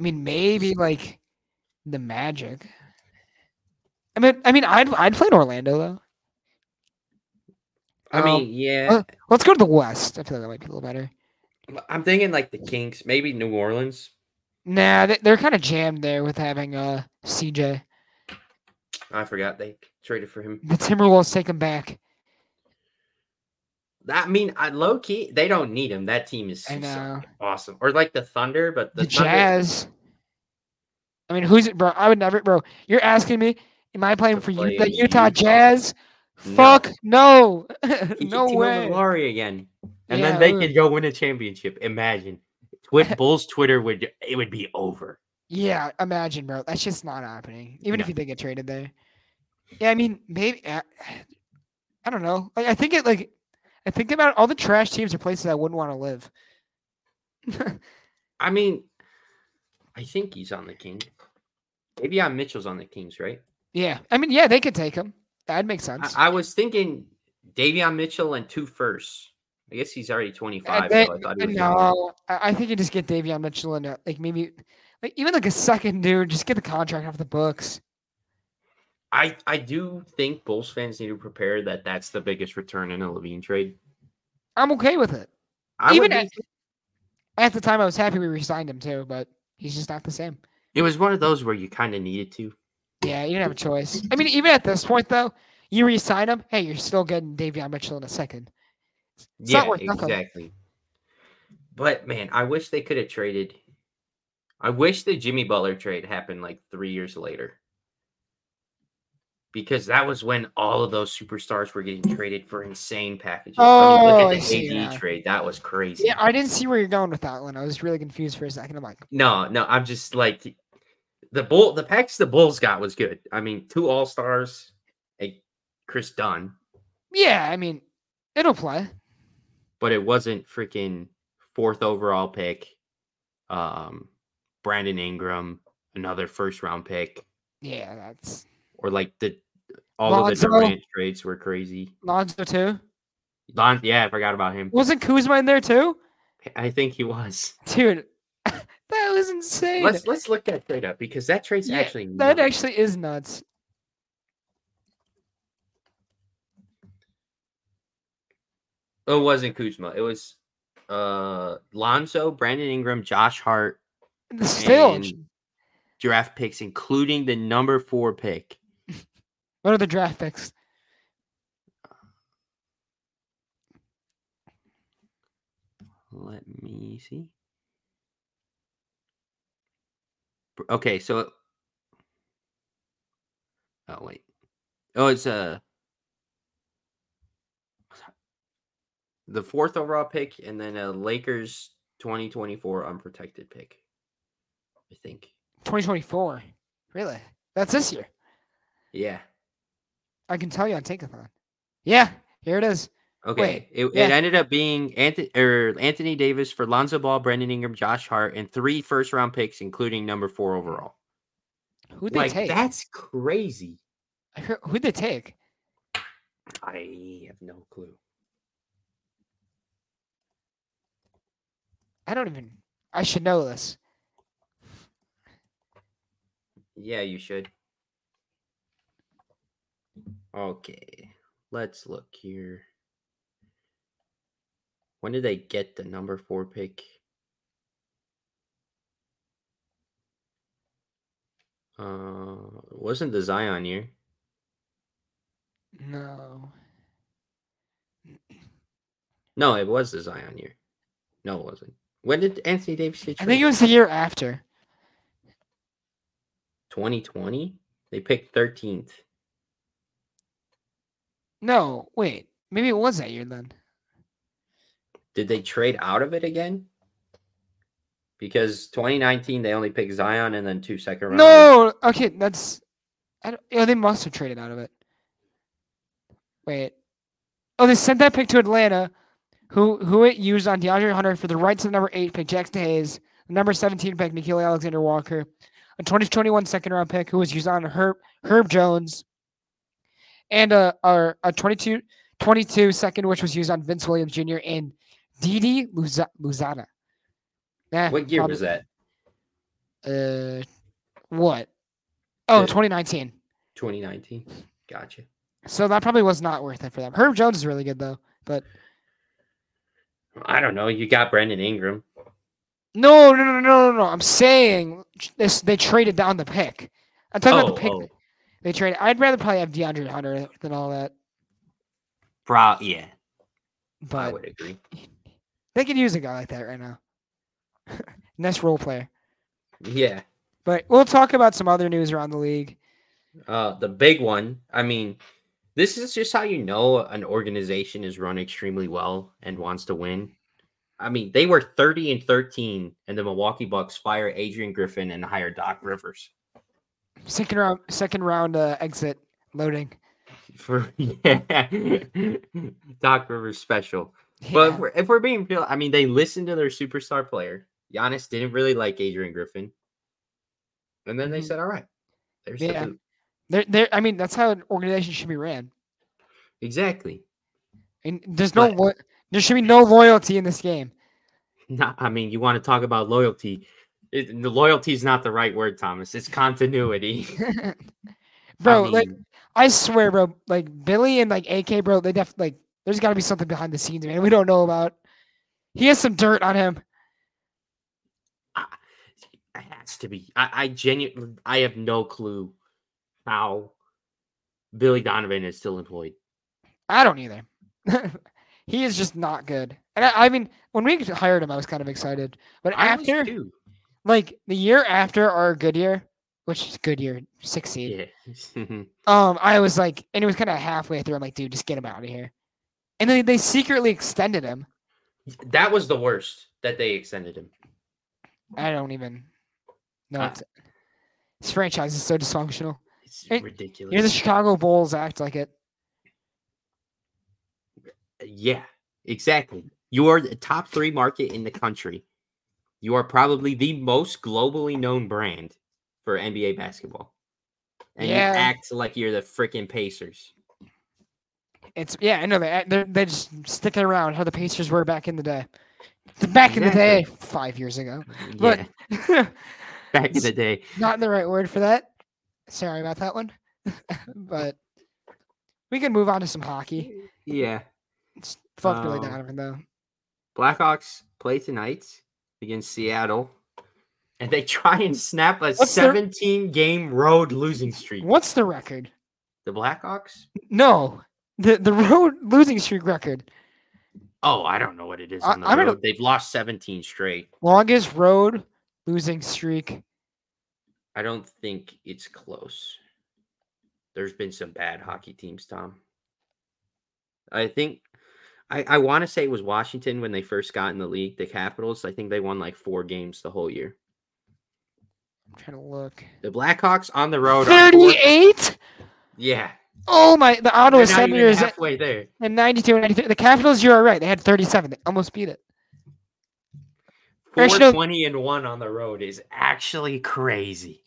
S2: mean, maybe like the Magic. I mean, I mean, I'd I'd play in Orlando though.
S1: I
S2: Oh.
S1: mean, yeah,
S2: Let's go to the West. I feel like that might be a little better.
S1: I'm thinking like the Kings, maybe New Orleans.
S2: Nah, they, they're kind of jammed there with having uh CJ.
S1: I forgot they traded for him.
S2: The Timberwolves take him back.
S1: I mean, I low key they don't need him. That team is
S2: I
S1: so
S2: know.
S1: awesome, or like the Thunder, but
S2: uh, the,
S1: the, Thunder,
S2: Jazz. I mean, who's it, bro? I would never, bro. You're asking me, am I playing
S1: To
S2: for
S1: play
S2: you,
S1: in
S2: the
S1: the
S2: Utah
S1: Utah.
S2: Jazz,
S1: No.
S2: Fuck no.
S1: He
S2: no
S1: could team up with
S2: way.
S1: Laurie again, and
S2: Yeah,
S1: then they
S2: ugh.
S1: could go win a championship. Imagine, Twit Bulls Twitter would it would be over.
S2: Yeah, imagine, bro. That's just not happening. Even if
S1: No.
S2: you think get traded there. Yeah, I mean, maybe I, I don't know. Like, I think it like I think about all the trash teams are places I wouldn't want to live.
S1: I mean, I think he's on the Kings. Maybe on Mitchell's on the Kings, right?
S2: yeah, I mean, yeah, they could take him. That'd make sense.
S1: I, I was thinking Davion Mitchell and two firsts. I guess he's already twenty
S2: Uh,
S1: five.
S2: they-
S1: so I thought
S2: uh,
S1: he was younger.
S2: no, I, I think you just get Davion Mitchell and uh, like maybe like even like a second dude. Just get the contract off the books.
S1: I I do think Bulls fans need to prepare that that's the biggest return in a Levine trade.
S2: I'm okay with it.
S1: I
S2: Even
S1: would
S2: at-
S1: be-
S2: At the time, I was happy we resigned him too, but he's just not the same.
S1: it was one of those where you kind of needed to.
S2: Yeah, you didn't have a choice. I mean, even at this point, though, you re-sign him. Hey, you're still getting Davion Mitchell in a second. It's
S1: yeah,
S2: not worth nothing.
S1: exactly. But man, I wish they could have traded. I wish the Jimmy Butler trade happened like three years later. Because that was when all of those superstars were getting traded for insane packages. I mean,
S2: Oh,
S1: look at
S2: I
S1: the
S2: see,
S1: AD
S2: yeah.
S1: trade. That was crazy.
S2: Yeah, I didn't see where you're going with that one. I was really confused for a second. I'm like,
S1: No, no, I'm just like the bull. The packs the Bulls got was good. I mean, two All Stars, a Chris Dunn,
S2: yeah, I mean, it'll play.
S1: but it wasn't freaking fourth overall pick. Um, Brandon Ingram, another first round pick,
S2: Yeah, that's
S1: or like the all of the
S2: Lonzo.
S1: Durant trades were crazy.
S2: Lonzo too.
S1: Lon, yeah, I forgot about him.
S2: Wasn't Kuzma in there too,
S1: I think he was.
S2: dude? that was insane.
S1: Let's let's look that trade up because that trade's
S2: Yeah,
S1: actually
S2: that
S1: nuts.
S2: actually is nuts.
S1: Oh, it wasn't Kuzma. It was uh Lonzo, Brandon Ingram, Josh Hart,
S2: And Still,
S1: And- draft picks, including the number four pick.
S2: what are the draft picks?
S1: Let me see. Br- Okay, so. it- Oh wait. Oh, it's uh the fourth overall pick, and then a Lakers 2024 unprotected pick. I think.
S2: 2024. Really? That's this year.
S1: Yeah.
S2: I can tell you on Tankathon. Yeah, here it is.
S1: Okay. it,
S2: yeah.
S1: it ended up being Anthony or Anthony Davis for Lonzo Ball, Brandon Ingram, Josh Hart, and three first round picks, including number four overall.
S2: Who'd they
S1: Like
S2: take?
S1: that's crazy.
S2: I heard, who'd they take?
S1: I have no clue.
S2: I don't even. I should know this.
S1: Yeah, you should. Okay. Let's look here. When did they get the number four pick? Uh, wasn't the Zion year?
S2: No.
S1: No, it was the Zion year. No, it wasn't. When did Anthony Davis get
S2: I
S1: traded?
S2: think it was the year after.
S1: 2020. They picked 13th.
S2: No, wait. Maybe it was that year then.
S1: Did they trade out of it again? Because 2019 they only picked Zion and then two second round.
S2: No. Okay, that's. I don't, yeah, they must have traded out of it. Wait. Oh, they sent that pick to Atlanta, who who it used on DeAndre Hunter for the rights of the number eight pick, Jackson Hayes, the number seventeen pick, Nikhil Alexander Walker, a 2021 second round pick who was used on Herb Herb Jones, and a a, a 22, 22 second which was used on Vince Williams Jr. and Didi Luza, Luzana. Nah,
S1: What year
S2: probably-
S1: was that?
S2: uh, what? Oh,
S1: The-
S2: 2019.
S1: 2019. Gotcha.
S2: So that probably was not worth it for them. Herb Jones is really good though.
S1: I don't know. You got Brandon Ingram.
S2: No, no, no, no, no, no. I'm saying this. They traded down the pick. I'm talking about the pick.
S1: oh.
S2: They traded. I'd rather probably have DeAndre Hunter than all that.
S1: Bro, yeah. I
S2: But
S1: would agree.
S2: they could use a guy like that right now. nice role player.
S1: Yeah.
S2: But we'll talk about some other news around the league.
S1: Uh, the big one. I mean, This is just how you know an organization is run extremely well and wants to win. I mean, they were 30 and 13, and the Milwaukee Bucks fire Adrian Griffin and hire Doc Rivers.
S2: Second round, second round uh, exit loading.
S1: For yeah, Doc Rivers special. But if
S2: Yeah.
S1: we're, if we're being real, I mean, they listened to their superstar player. Giannis didn't really like Adrian Griffin, and then they
S2: Mhm.
S1: said, "All right, there's
S2: Yeah.
S1: yeah. the boot."
S2: They're, they're, I mean, that's how an organization should be ran.
S1: exactly."
S2: And there's no
S1: But-
S2: lo- there should be no loyalty in this game.
S1: Not, I mean, you want to talk about loyalty? It, the loyalty is not the right word, Thomas. It's continuity,
S2: bro,
S1: I mean,
S2: like I swear, bro, like Billy and like AK, bro, they def like there's got to be something behind the scenes, man. We don't know about. He has some dirt on him.
S1: it has to be. I, I genuinely, I have no clue how Billy Donovan is still employed.
S2: I don't either. he is just not good. And I, I mean, when we hired him, I was kind of excited, but
S1: I was
S2: after
S1: too.
S2: like the year after our good year, which is good year, six seed.
S1: yeah,
S2: Um, I was like, and it was kind of halfway through. I'm like, dude, just get him out of here. And then they secretly extended him.
S1: that was the worst that they extended him.
S2: I don't even know.
S1: Uh,
S2: what to- This franchise is so dysfunctional.
S1: It's
S2: Hey,
S1: ridiculous.
S2: Eh, You're the Chicago Bulls act like it.
S1: Uh, Yeah, exactly. You are the top three market in the country. You are probably the most globally known brand for NBA basketball. And
S2: Yeah.
S1: you act like you're the freaking Pacers.
S2: It's yeah, I know they they're, they just sticking around how the Pacers were back in the day. The- Back in the day, five years ago. But-
S1: Yeah, back in the day.
S2: Not the right word for that. Sorry about that one. but we can move on to some hockey.
S1: Yeah.
S2: It's fuck Billy
S1: Um,
S2: Donovan though.
S1: Blackhawks play tonight against Seattle. And they try and snap a
S2: What's their-
S1: 17 game road losing streak.
S2: What's the record?
S1: The Blackhawks?
S2: No, the the road losing streak record,
S1: Oh, I don't know what it is
S2: I-
S1: on the
S2: I'm gonna-
S1: road. They've lost 17 straight.
S2: longest road losing streak.
S1: I don't think it's close. There's been some bad hockey teams, Tom. I think I, I want to say it was Washington when they first got in the league, the Capitals. I think they won like four games the whole year.
S2: I'm trying to look.
S1: The Blackhawks on the road. are four-
S2: Thirty-eight.
S1: Yeah.
S2: Oh my! The Ottawa
S1: They're not even
S2: Senators
S1: halfway there.
S2: and 92 and 93. The Capitals, you are right. They had 37. They almost beat it. Actually, no-
S1: 420 and one on the road is actually crazy.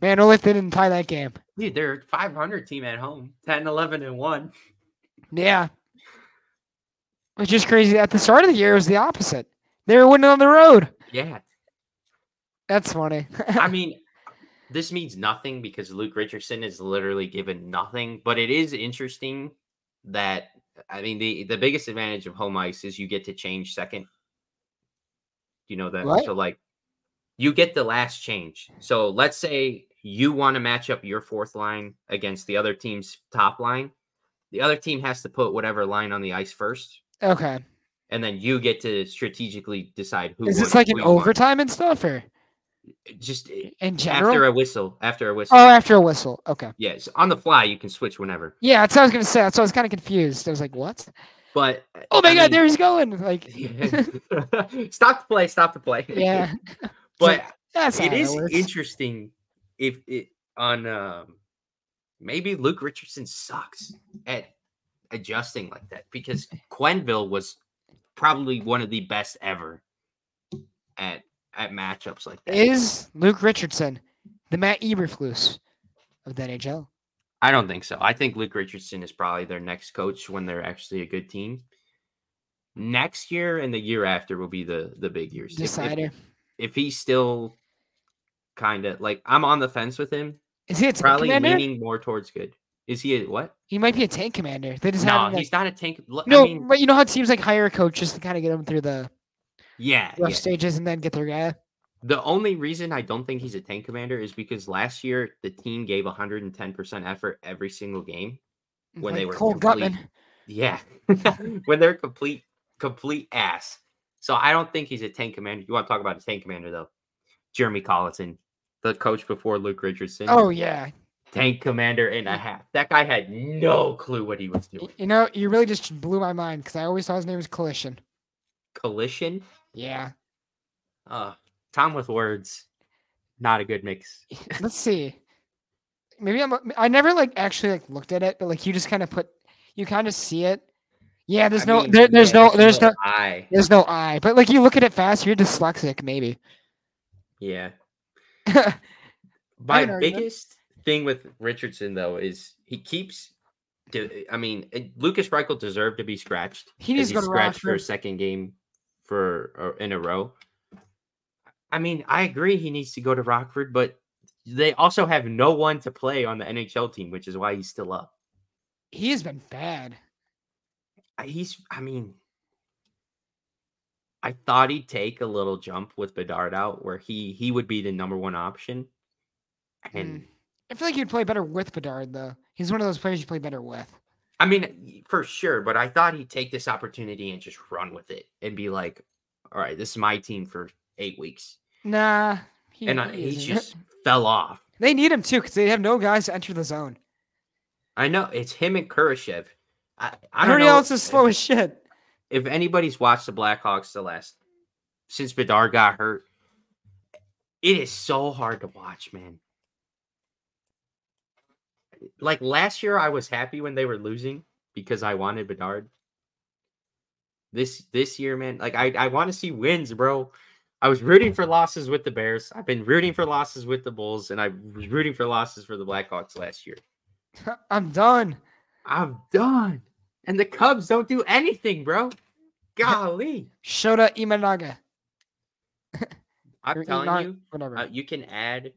S2: Man, only if they didn't tie that game.
S1: Dude, they're a 500 team at home, 10, 11, and one.
S2: Yeah. Which is crazy. At the start of the year, it was the opposite. They were winning on the road.
S1: Yeah.
S2: That's funny.
S1: I mean, this means nothing because Luke Richardson is literally given nothing, but it is interesting that I mean the the biggest advantage of home ice is you get to change second. You know that
S2: Right.
S1: so like you get the last change. So let's say you want to match up your fourth line against the other team's top line. The other team has to put whatever line on the ice first,
S2: okay.
S1: and then you get to strategically decide who.
S2: Is this
S1: won,
S2: like
S1: who
S2: an
S1: you want.
S2: overtime and stuff or
S1: Just eh,
S2: in general?
S1: after a whistle. After a whistle.
S2: oh, after a whistle. Okay.
S1: Yes, on the fly you can switch whenever.
S2: Yeah, that's what I was going to say. That's what I was kind of confused. I was like, what?
S1: But
S2: Oh my
S1: I
S2: God,
S1: mean-
S2: there he's going. Like,
S1: stop the play, stop the play.
S2: yeah.
S1: but
S2: That's how
S1: it
S2: that
S1: is
S2: works.
S1: interesting if it on um maybe Luke Richardson sucks at adjusting like that because Quenville was probably one of the best ever at at matchups like that.
S2: Is Luke Richardson the Matt Eberflus of the NHL?
S1: I don't think so. I think Luke Richardson is probably their next coach when they're actually a good team. Next year and the year after will be the the big years. If- if-
S2: Decider.
S1: if he's still kind of like I'm on the fence with him,
S2: Is he a tank
S1: probably
S2: commander?
S1: leaning more towards good. Is he a what?
S2: He might be a tank commander. They just
S1: No,
S2: have him, like,
S1: he's not a tank. l- I
S2: no,
S1: mean,
S2: but you know how teams like hire a coach just to kind of get them through the
S1: yeah,
S2: rough
S1: yeah.
S2: stages and then get their guy.
S1: The only reason I don't think he's a tank commander is because last year the team gave 110% effort every single game. When they were
S2: Mm, Cole
S1: complete.
S2: Gutman.
S1: Yeah. when they're complete, complete ass. So I don't think he's a tank commander. You want to talk about a tank commander, though? Jeremy Colleton, the coach before Luke Richardson.
S2: Oh yeah,
S1: tank commander and a half. That guy had no clue what he was
S2: Y-
S1: doing.
S2: You know, you really just blew my mind because I always thought his name was Collision.
S1: Collision.
S2: Yeah.
S1: Uh, Tom with words. Not a good mix.
S2: Let's see. Maybe I'm. I never like actually like looked at it, but like you just kind of put, you kind of see it. Yeah. There's
S1: I
S2: no.
S1: mean,
S2: there, there's
S1: yeah,
S2: no. There's no.
S1: I.
S2: There's no I. But like you look at it fast, you're dyslexic. Maybe.
S1: Yeah.
S2: I
S1: My
S2: can argue that.
S1: biggest thing with Richardson though is he keeps. de- I mean, eh, Lucas Reichel deserved to be scratched.
S2: He
S1: 'cause
S2: needs to go
S1: he's
S2: to
S1: scratched for a
S2: Rockford.
S1: second game for or in a row. I mean, I agree he needs to go to Rockford, but they also have no one to play on the NHL team, which is why he's still up.
S2: He has been bad.
S1: I- He's, I mean, I thought he'd take a little jump with Bedard out, where he he would be the number one option, and
S2: Mm. I feel like you'd play better with Bedard though. He's one of those players you play better with.
S1: I mean, for sure, but I thought he'd take this opportunity and just run with it and be like, all right, this is my team for eight weeks.
S2: Nah. He,
S1: And I, he
S2: isn't.
S1: just fell off.
S2: They need him too because they have no guys to enter the zone.
S1: I know it's him and Kurashev. I, I don't
S2: Everybody
S1: know
S2: else is slow as shit.
S1: if anybody's watched the Blackhawks the last since Bedard got hurt. It is so hard to watch, man. Like last year, I was happy when they were losing because I wanted Bedard. This this year, man, like I I want to see wins, bro. I was rooting for losses with the Bears. I've been rooting for losses with the Bulls, and I was rooting for losses for the Blackhawks last year.
S2: I'm done.
S1: I'm done. And the Cubs don't do anything, bro. Golly.
S2: Shota Imanaga.
S1: I'm
S2: or
S1: telling
S2: Inar-
S1: you,
S2: whatever.
S1: uh, you can add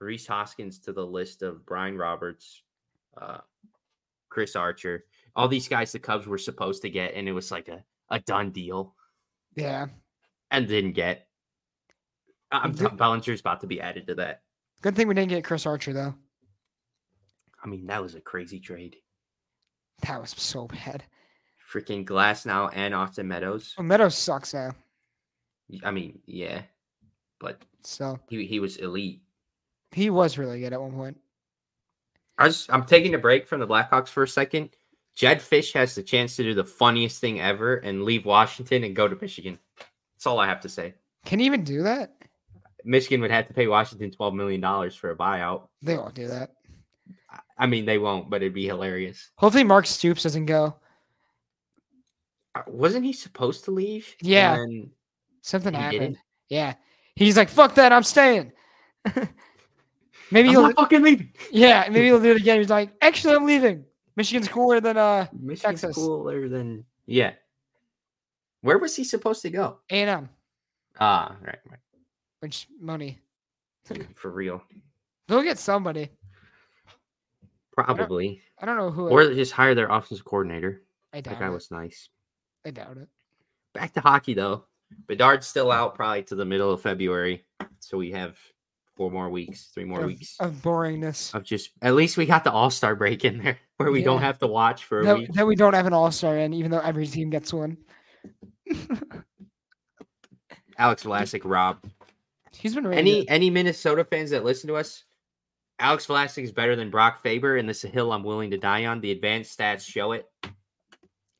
S1: Reese Hoskins to the list of Brian Roberts, uh, Chris Archer, all these guys the Cubs were supposed to get, and it was like a, a done deal
S2: yeah.
S1: and didn't get. I- I'm
S2: Did-
S1: t- Bellinger's about to be added to that.
S2: Good thing we didn't get Chris Archer though.
S1: I mean, that was a crazy trade.
S2: That was so bad.
S1: Freaking Glass now and Austin Meadows.
S2: Oh, Meadows sucks now.
S1: I mean, yeah, but
S2: So
S1: he, he was elite.
S2: he was really good at one point.
S1: I just, I'm taking a break from the Blackhawks for a second. Jed Fish has the chance to do the funniest thing ever and leave Washington and go to Michigan. That's all I have to say.
S2: Can he even do that?
S1: Michigan would have to pay Washington $12 million for a buyout.
S2: They won't do that.
S1: I- I mean, they won't, but it'd be hilarious.
S2: Hopefully Mark Stoops doesn't go.
S1: Uh, Wasn't he supposed to leave? And
S2: Yeah.
S1: then-
S2: Something
S1: He
S2: happened.
S1: didn't?
S2: Yeah. He's like, fuck that, I'm staying. maybe
S1: I'm
S2: he'll
S1: not fucking leaving.
S2: Yeah, maybe he'll do it again. He's like, actually I'm leaving. Michigan's cooler than uh
S1: Michigan's
S2: Texas.
S1: cooler than. Yeah. Where was he supposed to go?
S2: A and M,
S1: Ah, right,
S2: which money.
S1: right. For real.
S2: They'll get somebody.
S1: Probably.
S2: I don't know who
S1: Or just hire their offensive coordinator.
S2: I doubt
S1: That guy
S2: it.
S1: was nice.
S2: I doubt it.
S1: back to hockey though. Bedard's still out probably to the middle of February, so we have four more weeks, three more
S2: of,
S1: weeks Uh,
S2: of boringness.
S1: of just. At least we got the All Star break in there where we don't
S2: Yeah.
S1: have to watch for a
S2: That,
S1: week.
S2: that we don't have an all star in, even though every team gets one.
S1: Alex Vlasic, Rob,
S2: He's been really
S1: any
S2: good.
S1: any Minnesota fans that listen to us, Alex Vlasic is better than Brock Faber, and this is a hill I'm willing to die on. The advanced stats show it,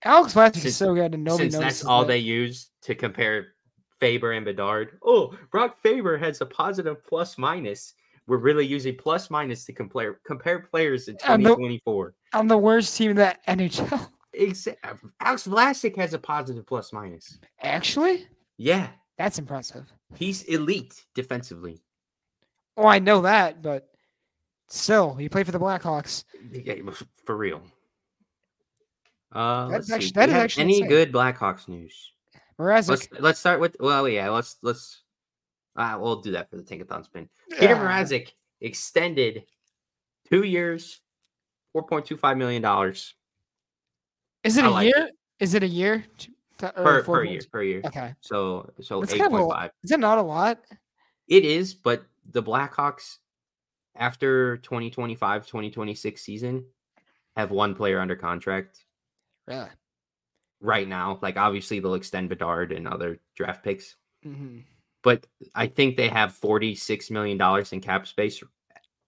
S2: Alex Vlasic
S1: since-
S2: is so good, and nobody
S1: since that's
S2: notices
S1: all
S2: it.
S1: they use to compare Faber and Bedard. Oh, Brock Faber has a positive plus minus. We're really using plus minus to compare compare players in
S2: I know-
S1: 2024.
S2: on the worst team in the NHL.
S1: Exa- Alex Vlasic has a positive plus minus.
S2: Actually,
S1: Yeah,
S2: that's impressive.
S1: he's elite defensively.
S2: Oh, I know that, but still, he played for the Blackhawks.
S1: Yeah, f- for real. Uh, let's
S2: That's
S1: see.
S2: actu-
S1: Do we
S2: that is
S1: have
S2: actually
S1: any
S2: insane.
S1: good Blackhawks news.
S2: Mrazek,
S1: Let's let's start with well yeah let's let's uh, we'll do that for the Tankathon spin. Peter
S2: ah,
S1: Mrazek extended two years, four point two five million dollars
S2: Is it
S1: I
S2: a
S1: like
S2: year? Is it a year? Two- th- or
S1: per,
S2: Oh, four
S1: per year
S2: points?
S1: per year.
S2: Okay,
S1: So so
S2: That's
S1: eight
S2: kind of a
S1: point
S2: lot.
S1: five.
S2: is it not a lot?
S1: It is, but the Blackhawks after 2025-2026 season have one player under contract
S2: Really?
S1: right now. Like obviously they'll extend Bedard and other draft picks,
S2: hmm
S1: but I think they have forty six million dollars in cap space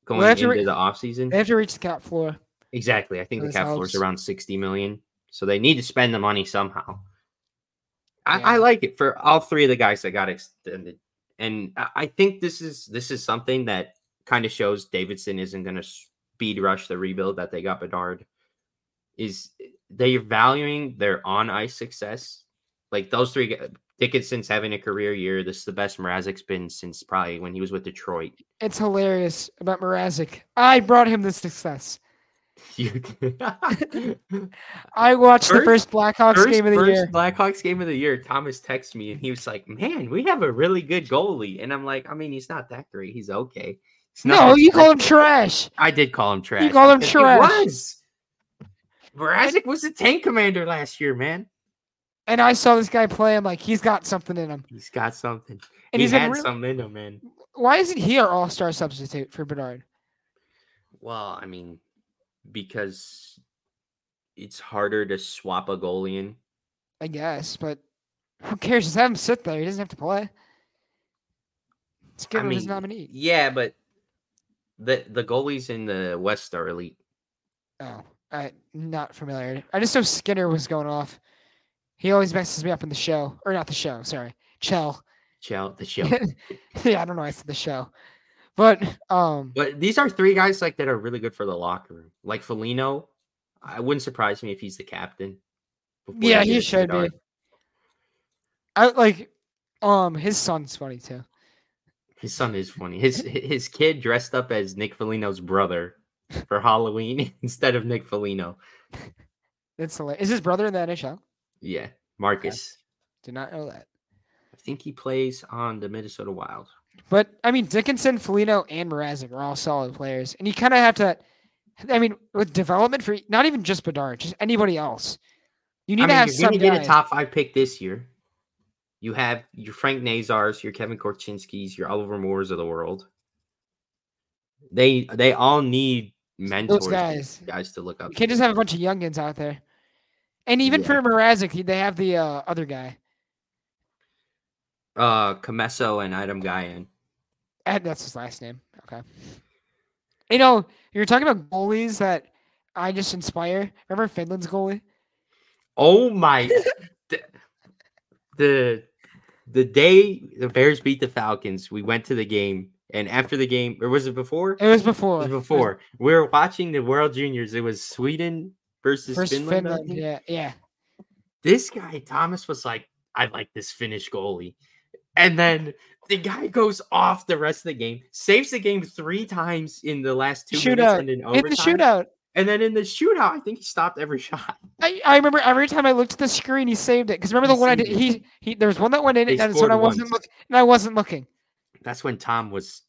S1: going
S2: have to
S1: into
S2: re-
S1: the off season.
S2: They have to reach the cap floor.
S1: Exactly. I think
S2: So
S1: the
S2: this
S1: cap floor is
S2: helps.
S1: around 60 million. So they need to spend the money somehow. I, I
S2: Yeah.
S1: like it for all three of the guys that got extended. And I- I think this is this is something that kind of shows Davidson isn't going to speed rush the rebuild that they got Bedard. Is they're valuing their on ice success. Like those three g- Dickinson's having a career year. This is the best Mrazek's been since probably when he was with Detroit.
S2: It's hilarious about Mrazek. I brought him the success.
S1: You-
S2: I watched the
S1: First-
S2: first Blackhawks
S1: first,
S2: game of the
S1: first
S2: year.
S1: Blackhawks game of the year, Thomas texted me and he was like, "Man, we have a really good goalie." And I'm like, "I mean, he's not that great. He's okay." It's not
S2: No,
S1: as
S2: you
S1: great."
S2: call him trash.
S1: I did call him trash.
S2: called him
S1: because
S2: trash.
S1: He was. Mrazek was the tank commander last year, man.
S2: And I saw this guy play. I'm like, he's got something in him.
S1: He's got something.
S2: And
S1: he
S2: he's been
S1: had
S2: really-
S1: something in him, man.
S2: Why isn't he our all star substitute for Bernard?
S1: Well, I mean, because it's harder to swap a goalie in.
S2: I guess, but who cares? Just have him sit there. He doesn't have to play. Let's give
S1: I
S2: him his
S1: mean,
S2: nominee.
S1: Yeah, but the the goalies in the West are elite.
S2: Oh, I not familiar. I just know Skinner was going off. He always messes me up in the show, or not the show. Sorry, Chell.
S1: Chill, the show.
S2: yeah, I don't know. why I said the show, but um,
S1: But these are three guys like that are really good for the locker room. Like Felino, I wouldn't surprise me if he's the captain. before
S2: yeah,
S1: they give
S2: he
S1: it to
S2: should be.
S1: Bedard.
S2: I like, um, his son's funny too.
S1: His son is funny. His his kid dressed up as Nick Felino's brother for Halloween instead of Nick Felino.
S2: That's hilarious. Is his brother in the NHL?
S1: Yeah, Marcus.
S2: Did not know that.
S1: I think he plays on the Minnesota Wild.
S2: But I mean, Dickinson, Felino, and Mrazek are all solid players, and you kind of have to. I mean, with development for not even just Bedard, just anybody else, you need
S1: I
S2: to
S1: mean,
S2: have
S1: you're
S2: some
S1: going to get
S2: guy.
S1: a top five pick this year. You have your Frank Nazars, your Kevin Korchinskis, your Oliver Moores of the world. They they all need mentors, these
S2: guys.
S1: guys to look up.
S2: You can't
S1: to.
S2: just have a bunch of youngins out there. And even
S1: Yeah.
S2: for Mrazek, he- they have the uh, other guy.
S1: uh Camesso and Item Guy in.
S2: And Eh, that's his last name. Okay. You know, you're talking about goalies that I just inspire. Remember Finland's goalie?
S1: Oh my the, the the day the Bears beat the Falcons, we went to the game and after the game or was it before? It
S2: It was before.
S1: was before. We were watching the World Juniors. It was Sweden versus
S2: First
S1: Finland.
S2: Finland.
S1: I think.
S2: Yeah, yeah.
S1: This guy Thomas was like, I like this Finnish goalie. And then the guy goes off the rest of the game, saves the game three times in the last two minutes
S2: Shootout.
S1: and in overtime.
S2: In the shootout.
S1: And then in the shootout, I think he stopped every shot.
S2: I, I remember every time I looked at the screen, he saved it. Because remember the
S1: He
S2: one I did?
S1: saved it.
S2: He he. There was one that went in,
S1: They
S2: and that's when
S1: scored
S2: I wasn't
S1: once.
S2: looking. And I wasn't looking.
S1: That's when Tom was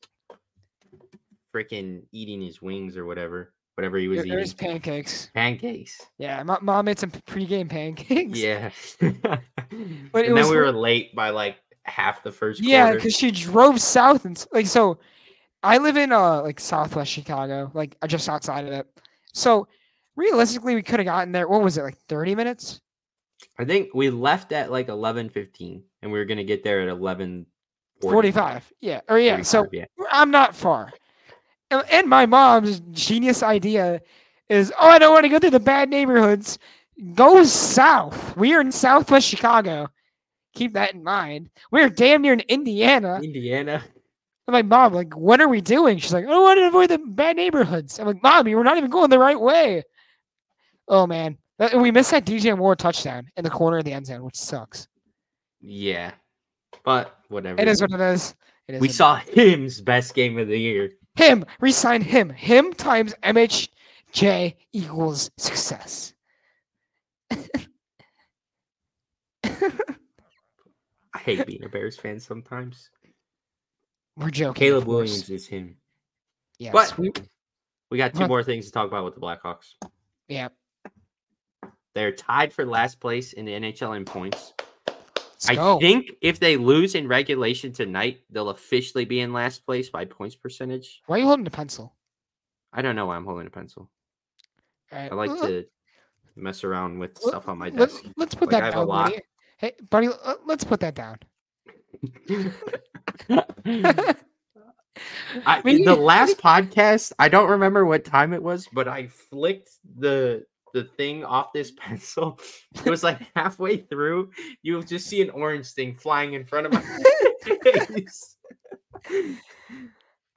S1: freaking eating his wings or whatever, whatever he was
S2: There,
S1: eating.
S2: there's pancakes.
S1: Pancakes.
S2: Yeah, my mom made some pregame pancakes.
S1: Yeah. but
S2: But it
S1: and then
S2: was
S1: we
S2: like-
S1: were late by like half the first
S2: Yeah,
S1: quarter.
S2: because she drove south and s- like so. I live in uh like Southwest Chicago, like uh, just outside of it. So realistically, we could have gotten there. What was it like thirty minutes?
S1: I think we left at like eleven fifteen, and we were gonna get there at eleven
S2: Forty-five. Yeah. Or yeah. So
S1: yeah.
S2: I'm not far. And, and my mom's genius idea is, oh, I don't want to go through the bad neighborhoods. Go south. We are in Southwest Chicago. Keep that in mind. We're damn near in Indiana.
S1: Indiana.
S2: I'm like, Mom, like, what are we doing? She's like, I want to avoid the bad neighborhoods. I'm like, Mom, you were not even going the right way. Oh man, That- and we missed that DJ Moore touchdown in the corner of the end zone, which sucks.
S1: Yeah. But whatever.
S2: It is what it is. It is
S1: we
S2: what it
S1: saw him's best game of the year.
S2: is. him resign him. Him times MHJ equals success.
S1: I hate being a Bears fan sometimes.
S2: We're joking.
S1: Caleb
S2: of course.
S1: Williams is him.
S2: Yes.
S1: But-
S2: we-
S1: We got two
S2: Huh.
S1: more things to talk about with the Blackhawks.
S2: yeah.
S1: They're tied for last place in the NHL in points.
S2: Let's
S1: I
S2: go.
S1: think if they lose in regulation tonight, they'll officially be in last place by points percentage.
S2: Why are you holding a pencil?
S1: I don't know why I'm holding a pencil.
S2: All right.
S1: I like
S2: l-
S1: to mess around with
S2: l-
S1: stuff on my
S2: let-
S1: desk.
S2: Uh, Let's put
S1: Like, I have
S2: that
S1: a
S2: down,
S1: lot.
S2: buddy. uh, Hey, buddy, l- let's put that down.
S1: I,
S2: Maybe-
S1: the last podcast, I don't remember what time it was, but I flicked the the thing off this pencil. It was like halfway through. You'll just see an orange thing flying in front of my face.
S2: I'm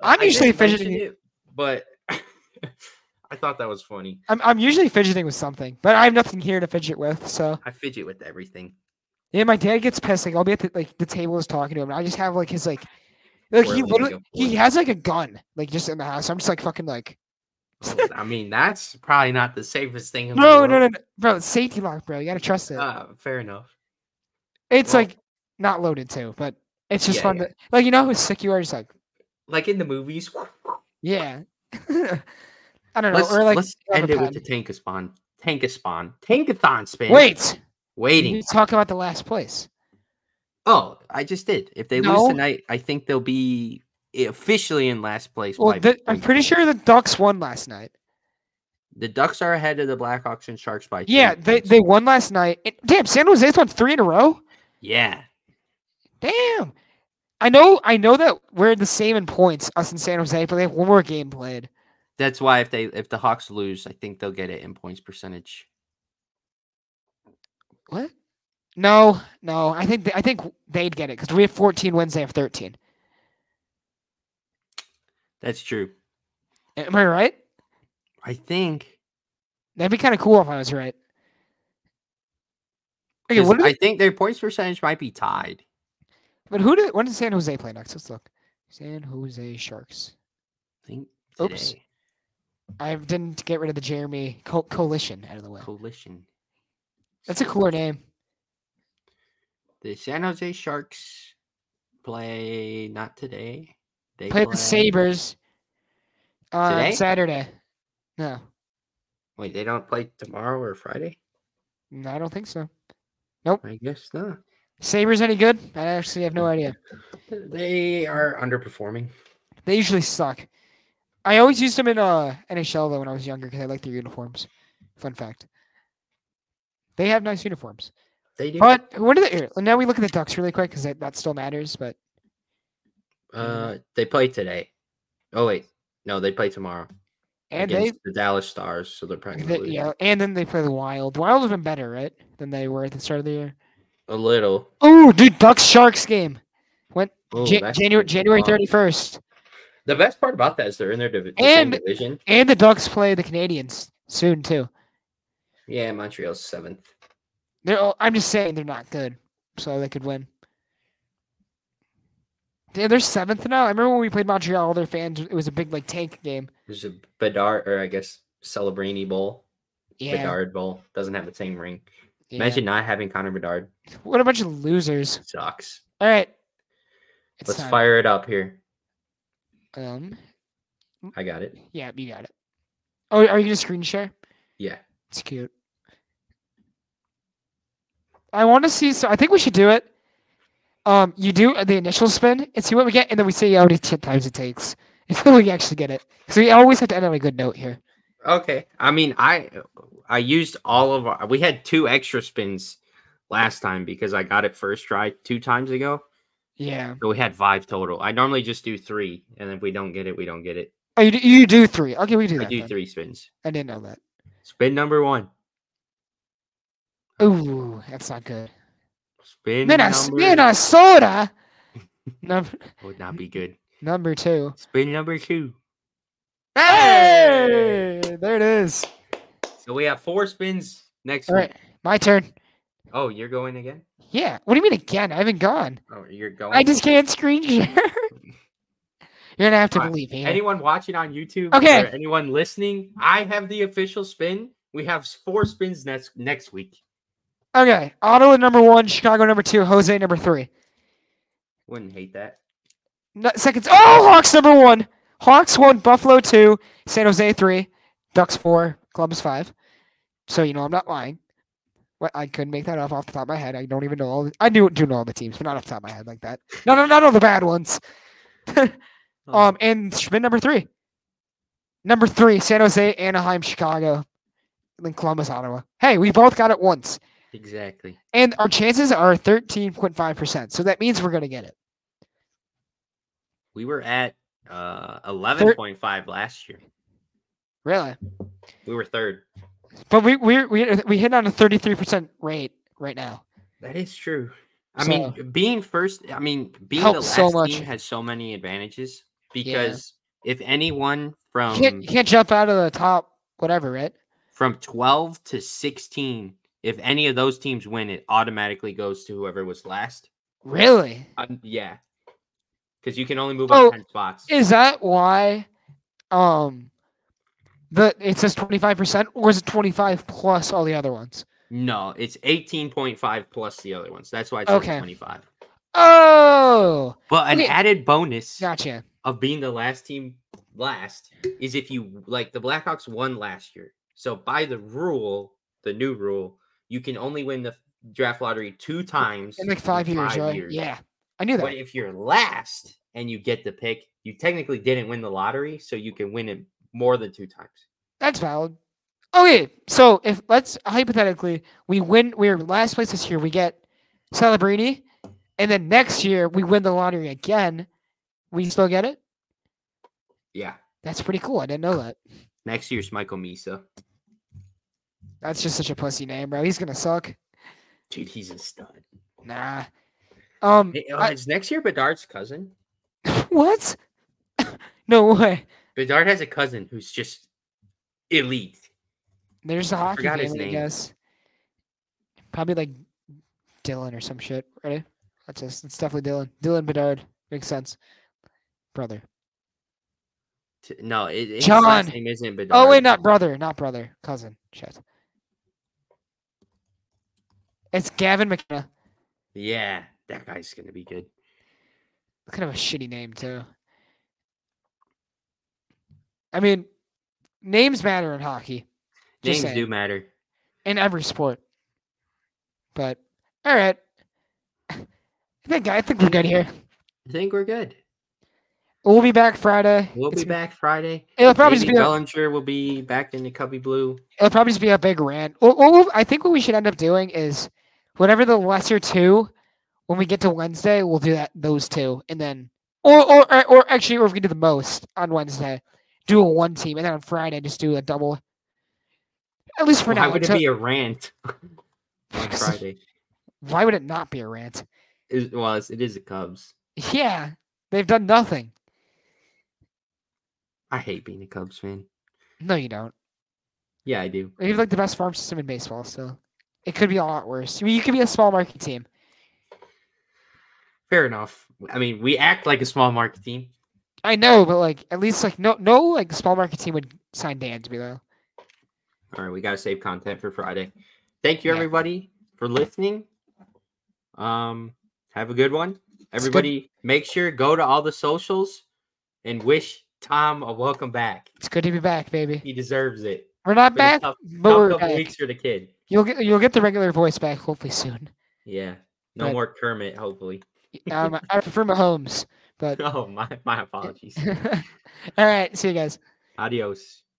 S1: I
S2: usually
S1: didn't mention
S2: fidgeting.
S1: it, but I thought that was funny.
S2: I'm I'm usually fidgeting with something, but I have nothing here to fidget with. So
S1: I fidget with everything.
S2: yeah, my dad gets pissed. Like I'll be at the like the table is talking to him, and I just have like his like like
S1: We're
S2: he
S1: leaving
S2: literally
S1: him for
S2: he
S1: it.
S2: has like a gun like just in the house. I'm just like fucking like
S1: Oh, I mean, that's probably not the safest thing. In
S2: no
S1: the
S2: no
S1: world.
S2: no, no. bro it's safety lock bro you gotta trust it.
S1: Uh, fair enough.
S2: it's
S1: well-
S2: like not loaded too, but it's just
S1: Yeah,
S2: fun
S1: yeah.
S2: to like you know how sick you are just like
S1: Like in the movies.
S2: yeah. I don't know
S1: Let's,
S2: or like
S1: let's
S2: you
S1: end
S2: have a
S1: it with
S2: pen.
S1: the tankathon. Tankathon. Tankathon spin.
S2: wait we
S1: Waiting.
S2: need to talk about the last place.
S1: Oh, I just did. If they
S2: No.
S1: lose tonight, I think they'll be officially in last place.
S2: Well,
S1: by
S2: the, I'm
S1: three
S2: pretty
S1: points.
S2: sure the Ducks won last night.
S1: the Ducks are ahead of the Blackhawks and Sharks by. three
S2: Yeah, they,
S1: points.
S2: they won last night. And- damn, San Jose's won three in a row.
S1: Yeah,
S2: Damn. I know I know that we're the same in points, us and San Jose, but they have one more game played.
S1: that's why if they if the Hawks lose, I think they'll get it in points percentage.
S2: What? No, no. I think they, I think they'd get it because we have 14 wins. They have 13.
S1: That's true.
S2: Am I right?
S1: I think.
S2: That'd be kind of cool if I was right. Okay,
S1: 'cause
S2: what do
S1: I
S2: they-
S1: think their points percentage might be tied.
S2: but who did when did San Jose play next? Let's look. San Jose Sharks.
S1: I think
S2: Oops.
S1: today.
S2: I didn't get rid of the Jeremy Co- Coalition out of the way.
S1: Coalition.
S2: That's a cooler name.
S1: The San Jose Sharks play not today. They
S2: Play the Sabers on
S1: Today?
S2: Saturday. No,
S1: Wait, they don't play tomorrow or Friday?
S2: no, I don't think so.
S1: I guess not.
S2: Sabers any good? I actually have no idea.
S1: They are underperforming.
S2: They usually suck. I always used them in uh, NHL though when I was younger because I liked their uniforms. Fun fact. They have nice uniforms.
S1: They do.
S2: But what are they? Here, now we look at the Ducks really quick because that, that still matters. But
S1: uh, they play today. Oh wait, no, they play tomorrow
S2: and they,
S1: against the Dallas Stars. So they're probably gonna
S2: they
S1: lose.
S2: yeah, and then they play the Wild. The Wild have been better, right, than they were at the start of the year.
S1: a little.
S2: Oh, dude, Ducks Sharks game. When
S1: Oh,
S2: Ja-
S1: that's
S2: January
S1: gonna be
S2: January
S1: fun.
S2: thirty first.
S1: The best part about that is they're in their divi- the same
S2: And-
S1: division.
S2: And the Ducks play the Canadians soon too.
S1: Yeah, Montreal's seventh.
S2: They're all, I'm just saying they're not good, so they could win. Yeah, they're seventh now. I remember when we played Montreal, all their fans. It was a big like tank game.
S1: There's a Bedard or I guess Celebrini Bowl,
S2: Yeah.
S1: Bedard Bowl doesn't have the same ring.
S2: yeah.
S1: Imagine not having Connor Bedard.
S2: what a bunch of losers.
S1: Sucks.
S2: All right. It's
S1: Let's
S2: time.
S1: fire it up here.
S2: Um.
S1: I got it.
S2: Yeah, you got it. Oh, are you gonna screen share?
S1: Yeah.
S2: It's cute. I want to see. So I think we should do it. Um, you do the initial spin and see what we get, and then we see how many t- times it takes until we actually get it. So we always have to end on a good note here.
S1: Okay. I mean, I I used all of our. We had two extra spins last time because I got it first try two times ago.
S2: Yeah.
S1: So we had five total. I normally just do three, and if we don't get it, we don't get it.
S2: Oh, you do, you do three. Okay, we do
S1: I
S2: that.
S1: do
S2: then.
S1: three spins.
S2: I didn't know that.
S1: Spin number one.
S2: Ooh, that's not good.
S1: Spin
S2: Minnes-
S1: number
S2: Minnesota. number
S1: would not be good.
S2: number two.
S1: Spin number two.
S2: Hey, there it is.
S1: So we have four spins next
S2: All right,
S1: week.
S2: my turn.
S1: Oh, you're going again?
S2: Yeah. What do you mean again? I haven't gone.
S1: Oh, you're going.
S2: I just can't screen share. You're gonna have to
S1: Alright,
S2: believe me. here.
S1: anyone watching on YouTube
S2: Okay.
S1: or anyone listening, I have the official spin. We have s- four spins next next week.
S2: Okay, Ottawa number one, Chicago number two, Jose number three.
S1: Wouldn't hate that.
S2: No, seconds. Oh, Hawks number one. Hawks one, Buffalo two, San Jose three, Ducks four, Columbus five. So you know I'm not lying. What I couldn't make that up off the top of my head. I don't even know all. The, I do do know all the teams, but not off the top of my head like that. No, no, not all the bad ones. Um, and Schmidt number three. Number three, San Jose, Anaheim, Chicago, and then Columbus, Ottawa. Hey, we both got it once.
S1: exactly.
S2: And our chances are 13.5%. So that means we're going to get it.
S1: We were at Uh, eleven point five last year.
S2: Really?
S1: We were third.
S2: But we we we we hit on a thirty three percent rate right now.
S1: That is true. I
S2: So-
S1: mean, being first, I mean, being the
S2: Helps
S1: last
S2: so much.
S1: team has so many advantages because if anyone
S2: You
S1: from
S2: can't you can't jump out of the top whatever, right?
S1: from 12 to 16, if any of those teams win, it automatically goes to whoever was last.
S2: Really?
S1: Um, yeah. Because you can only move
S2: Oh,
S1: up 10 spots.
S2: Is that why um the it says twenty five percent or is it twenty five plus all the other ones?
S1: no, it's 18.5 plus the other ones. That's why it's
S2: Okay.
S1: okay. 25.
S2: Oh
S1: But an
S2: Okay.
S1: added bonus
S2: gotcha.
S1: of being the last team last is if you like the Blackhawks won last year. So by the rule, the new rule, you can only win the draft lottery two times
S2: In like five years, right? Yeah. I knew
S1: But
S2: that.
S1: if you're last and you get the pick, you technically didn't win the lottery, so you can win it more than two times.
S2: That's valid. Okay, so if let's hypothetically we win, we're last place this year. We get Celebrini, and then next year we win the lottery again. We still get it.
S1: Yeah.
S2: That's pretty cool. I didn't know that.
S1: Next year's Michael Misa.
S2: That's just such a pussy name, bro. He's gonna suck.
S1: Dude, he's a stud.
S2: Nah. Um.
S1: Hey, uh,
S2: I-
S1: is next year Bedard's cousin?
S2: what? no way.
S1: Bedard has a cousin who's just elite.
S2: There's the
S1: I
S2: hockey
S1: forgot his
S2: family, I
S1: name.
S2: guess. Probably like Dylan or some shit. Ready? That's us. It's definitely Dylan. Dylan Bedard makes sense. Brother.
S1: T- No, it, his
S2: John.
S1: last name isn't Bedard.
S2: Oh wait, not brother, not brother, cousin. Shit. It's Gavin McKenna.
S1: Yeah, that guy's gonna be good.
S2: Kind of a shitty name too. I mean, names matter in hockey, Just
S1: Names do
S2: saying.
S1: matter.
S2: in every sport. But all right, I think I think we're good here.
S1: I think we're good.
S2: We'll be back Friday.
S1: We'll
S2: It's-
S1: be back Friday.
S2: It'll probably just
S1: Maybe
S2: be a,
S1: Bellinger will be back in the Cubby Blue.
S2: it'll probably just be a big rant. Well, well, we'll- I think what we should end up doing is, whatever the lesser two, when we get to Wednesday, we'll do that those two, and then or or or, or actually, or if we do the most on Wednesday, do a one team, and then on Friday just do a double. At least for
S1: Why
S2: now,
S1: would it
S2: until-
S1: be a rant on Friday?
S2: why would it not be a rant?
S1: It was. It is the Cubs.
S2: Yeah, they've done nothing.
S1: I hate being a Cubs fan.
S2: No, you don't.
S1: Yeah, I do.
S2: We have like the best farm system in baseball, so it could be a lot worse. I mean, you could be a small market team.
S1: Fair enough. I mean, we act like a small market team.
S2: I know, but like at least like no no like small market team would sign Dan to be though.
S1: All right, we gotta save content for Friday. Thank you
S2: Yeah.
S1: everybody for listening. Um, have a good one. Everybody, make sure go to all the socials and wish Tom a welcome back.
S2: It's good to be back, baby.
S1: He deserves it.
S2: We're not
S1: Been a
S2: back,
S1: tough-
S2: but
S1: Tough
S2: we're
S1: couple
S2: back.
S1: weeks for the kid.
S2: You'll get you'll get the regular voice back hopefully soon.
S1: Yeah. No
S2: But-
S1: more Kermit, hopefully.
S2: Um, I prefer Mahomes, but
S1: Oh my my apologies.
S2: all right. See you guys.
S1: Adios.